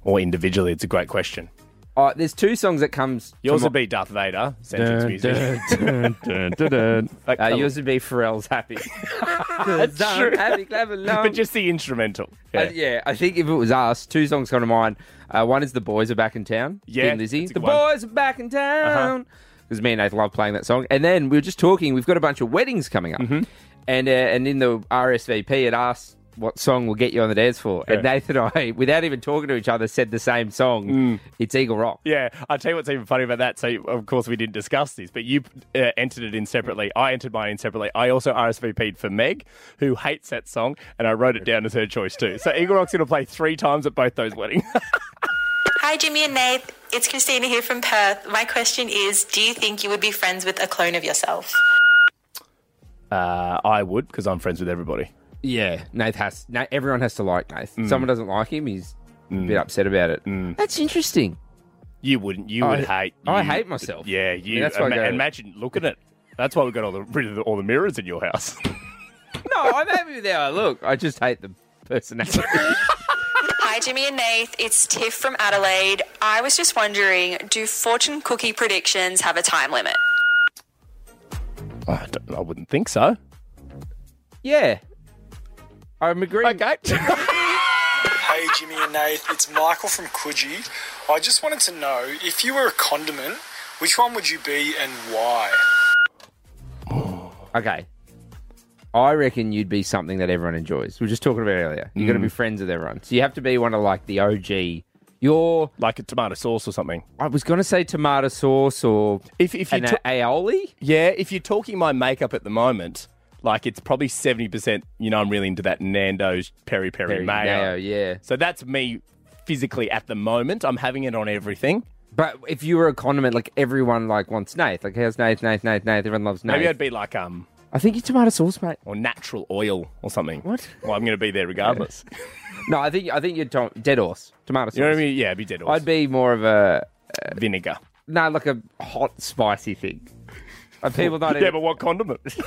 Speaker 16: Or individually, it's a great question.
Speaker 4: Uh, there's two songs that comes.
Speaker 16: Yours
Speaker 4: to
Speaker 16: would be Darth Vader. Sentence
Speaker 4: Dun,
Speaker 16: music.
Speaker 4: dun, dun, dun, dun. Uh, yours would be Pharrell's Happy.
Speaker 16: That's
Speaker 4: Dun,
Speaker 16: true.
Speaker 4: happy, clap along.
Speaker 16: But just the instrumental.
Speaker 4: Yeah. yeah, I think if it was us, two songs come to mind. Uh, one is The Boys Are Back in Town.
Speaker 16: Yeah,
Speaker 4: Thin Lizzy.
Speaker 16: that's a
Speaker 4: The
Speaker 16: good one. Uh-huh.
Speaker 4: Uh-huh. Boys Are Back in Town. because me and Nath love playing that song. And then we were just talking. We've got a bunch of weddings coming up,
Speaker 16: Mm-hmm.
Speaker 4: and uh, and in the RSVP it asks what song will get you on the dance floor. And
Speaker 3: Yeah.
Speaker 4: Nathan and I, without even talking to each other, said the same song.
Speaker 16: Mm.
Speaker 4: It's Eagle Rock.
Speaker 3: Yeah, I'll tell you what's even funny about that. So, of course, we didn't discuss this, but you uh, entered it in separately. I entered mine in separately. I also RSVP'd for Meg, who hates that song, and I wrote it down as her choice too. So, Eagle Rock's going to play three times at both those weddings.
Speaker 14: Hi, Jimmy and Nate. It's Christina here from Perth. My question is Do you think you would be friends with a clone of yourself?
Speaker 3: uh, I would, because I'm friends with everybody.
Speaker 4: Yeah, Nath has. Na- everyone has to like Nath. Someone doesn't like him, he's a bit upset about it. That's interesting.
Speaker 3: You wouldn't. You would
Speaker 4: I-
Speaker 3: hate.
Speaker 4: I
Speaker 3: you-
Speaker 4: hate myself.
Speaker 3: Yeah,
Speaker 4: mean,
Speaker 3: you.
Speaker 4: that's why I
Speaker 3: ima-
Speaker 4: go-
Speaker 3: imagine. Look at it. That's why we got all the rid of the, all the mirrors in your house.
Speaker 4: No, I'm happy with how I look. I just hate the personality.
Speaker 14: Hi, Jimmy and Nath. It's Tiff from Adelaide. I was just wondering do fortune cookie predictions have a time limit?
Speaker 3: I, don't- I wouldn't think so.
Speaker 4: yeah, I'm agreeing.
Speaker 3: Okay.
Speaker 17: Hey Jimmy and Nate, it's Michael from Coogee. I just wanted to know if you were a condiment, which one would you be and why?
Speaker 4: Okay. I reckon you'd be something that everyone enjoys. We were just talking about it earlier. You've got to
Speaker 3: Mm.
Speaker 4: be friends with everyone. So you have to be one of like the OG. You're
Speaker 3: like a tomato sauce or something.
Speaker 4: I was going to say tomato sauce or
Speaker 3: if if you
Speaker 4: an
Speaker 3: took-
Speaker 4: aioli.
Speaker 3: Yeah, if you're talking my makeup at the moment, like it's probably 70%, you know, I'm really into that Nando's peri peri
Speaker 4: Peri
Speaker 3: mayo.
Speaker 4: mayo, yeah.
Speaker 3: So that's me physically at the moment. I'm having it on everything.
Speaker 4: But if you were a condiment, like everyone like wants Nath. Like how's Nath? Nath? Nath? Nath? Everyone loves Nath.
Speaker 3: Maybe I'd be like um
Speaker 4: I think you're tomato sauce, mate.
Speaker 3: or natural oil or something. What? Well, I'm going to be there regardless.
Speaker 4: no, I think I think you're tom- dead horse. Tomato sauce.
Speaker 3: You know what I mean? Yeah, it'd be dead horse.
Speaker 4: I'd be more of a uh,
Speaker 3: vinegar.
Speaker 4: No, like a hot spicy thing. Like people not
Speaker 3: Yeah,
Speaker 4: even-
Speaker 3: but what condiment?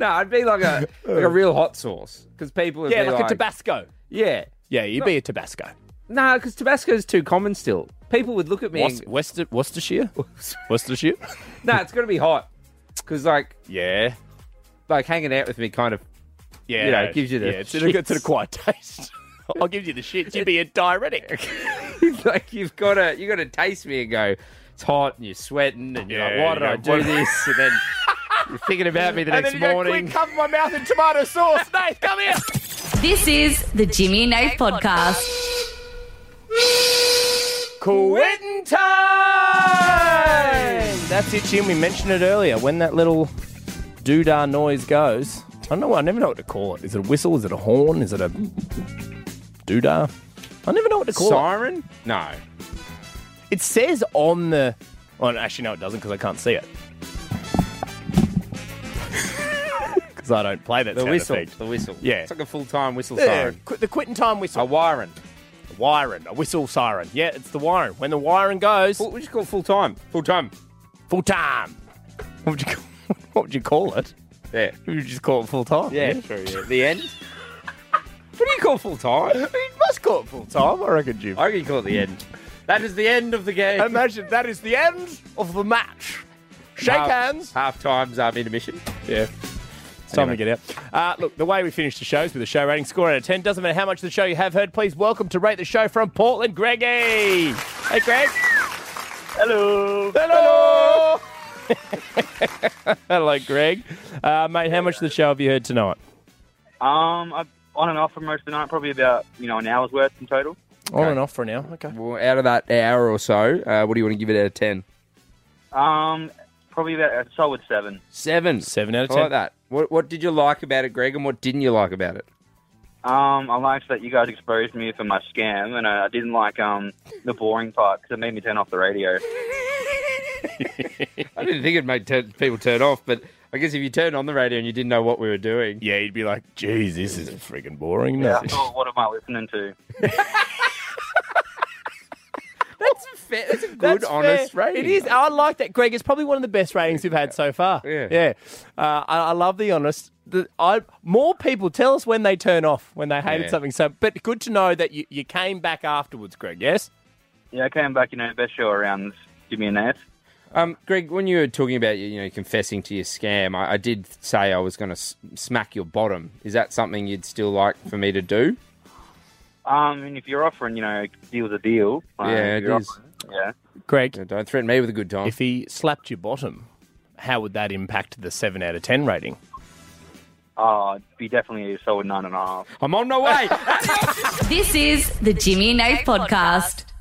Speaker 4: No, I'd be like a like a real hot sauce because people would
Speaker 3: yeah,
Speaker 4: be
Speaker 3: like,
Speaker 4: like
Speaker 3: a Tabasco.
Speaker 4: Yeah,
Speaker 3: Yeah, you'd
Speaker 4: No.
Speaker 3: be a Tabasco.
Speaker 4: No, because Tabasco's too common still. People would look at me.
Speaker 3: West,
Speaker 4: and,
Speaker 3: Wester, Worcestershire? Worcestershire?
Speaker 4: no, it's gonna be hot. Because like
Speaker 3: yeah,
Speaker 4: like hanging out with me kind of
Speaker 3: Yeah.
Speaker 4: you know it gives you the
Speaker 3: Yeah, it's, a, it's a
Speaker 4: shits.
Speaker 3: quiet taste. I'll give you the shits. You'd be a diuretic.
Speaker 4: like you've got to you got to taste me and go. It's hot and you're sweating and you're
Speaker 3: Yeah,
Speaker 4: like, why did
Speaker 3: yeah,
Speaker 4: I do
Speaker 3: what-
Speaker 4: this? And then you're thinking about me the
Speaker 3: And
Speaker 4: next
Speaker 3: then you go,
Speaker 4: morning.
Speaker 3: "Quick, cover my mouth in tomato sauce. Nate, come here.
Speaker 2: This is the Jimmy and Nate podcast.
Speaker 3: Quitting time! That's it, Jim. We mentioned it earlier. When that little doodah noise goes, I don't know. I never know what to call it. Is it a whistle? Is it a horn? Is it a doodah? I never know what to call
Speaker 4: Siren?
Speaker 3: it.
Speaker 4: No.
Speaker 3: It says on the. Well, actually, no, it doesn't because I can't see it. Because I don't play that
Speaker 4: The
Speaker 3: sound
Speaker 4: whistle,
Speaker 3: effect.
Speaker 4: the whistle.
Speaker 3: Yeah.
Speaker 4: It's like a full time whistle
Speaker 3: Yeah,
Speaker 4: siren.
Speaker 3: qu- the quitting time whistle.
Speaker 4: A wiring.
Speaker 3: A wiring. A whistle siren. Yeah, it's the wiring. When the wiring goes. What
Speaker 4: would you call full time? Full time.
Speaker 3: Full time. What would you call, what would you call it?
Speaker 4: Yeah.
Speaker 3: You would just call it full time.
Speaker 4: Yeah, true. Yeah. The end. what do you call full time? You
Speaker 3: must call it full time, I reckon, Jim.
Speaker 4: I reckon you call it the end. That is the end of the game.
Speaker 3: Imagine that is the end of the match. Shake
Speaker 4: Half-
Speaker 3: hands.
Speaker 4: Half time's um, intermission.
Speaker 3: Yeah. It's time to get out. Uh, look, the way we finish the show is with a show rating score out of 10. Doesn't matter how much of the show you have heard. Please welcome to rate the show from Portland, Greggy. Hey, Greg. Hello. Hello. Hello, Greg. Uh, mate, how much of the show have you heard tonight?
Speaker 20: Um, I, on and off for most of the night, probably about you know an hour's worth in total.
Speaker 3: On and off for an hour. Okay.
Speaker 4: Well, out of that hour or so, uh, what do you want to give it out of 10?
Speaker 20: Um, probably about a solid seven.
Speaker 4: Seven.
Speaker 3: Seven out
Speaker 20: of
Speaker 4: I
Speaker 20: 10.
Speaker 4: like that. What, what did you like about it, Greg, and what didn't you like about it?
Speaker 20: Um, I liked that you guys exposed me for my scam, and I, I didn't like um the boring part because it made me turn off the radio.
Speaker 4: I didn't think it'd make turn, people turn off, but I guess if you turned on the radio and you didn't know what we were doing.
Speaker 3: Yeah, you'd be like, geez, this is friggin' boring.
Speaker 20: Yeah,
Speaker 3: Yeah.
Speaker 20: I thought, what am I listening to?
Speaker 4: That's a fair, that's a good, honest rating.
Speaker 3: It is. I like that, Greg. It's probably one of the best ratings we've had so far. Yeah. Yeah. Uh, I, I love the honest. The, I more people tell us when they turn off when they hated
Speaker 20: Yeah.
Speaker 3: something. So, but good to know that you, you came back afterwards, Greg. Yes.
Speaker 20: Yeah, I came back, you know, best show around. Give me a net.
Speaker 4: Um, Greg, when you were talking about you know confessing to your scam, I, I did say I was going to s- smack your bottom. Is that something you'd still like for me to do?
Speaker 20: Um, and if you're offering, you know, deal's a deal.
Speaker 4: Yeah, it
Speaker 20: if you're
Speaker 4: is.
Speaker 20: offering Yeah.
Speaker 3: Greg.
Speaker 4: don't threaten me with a good time.
Speaker 3: If he slapped your bottom, how would that impact the 7 out of 10 rating?
Speaker 20: Oh, it'd be definitely a solid nine and a half.
Speaker 4: I'm on my way.
Speaker 2: This is the Jimmy and Nate podcast.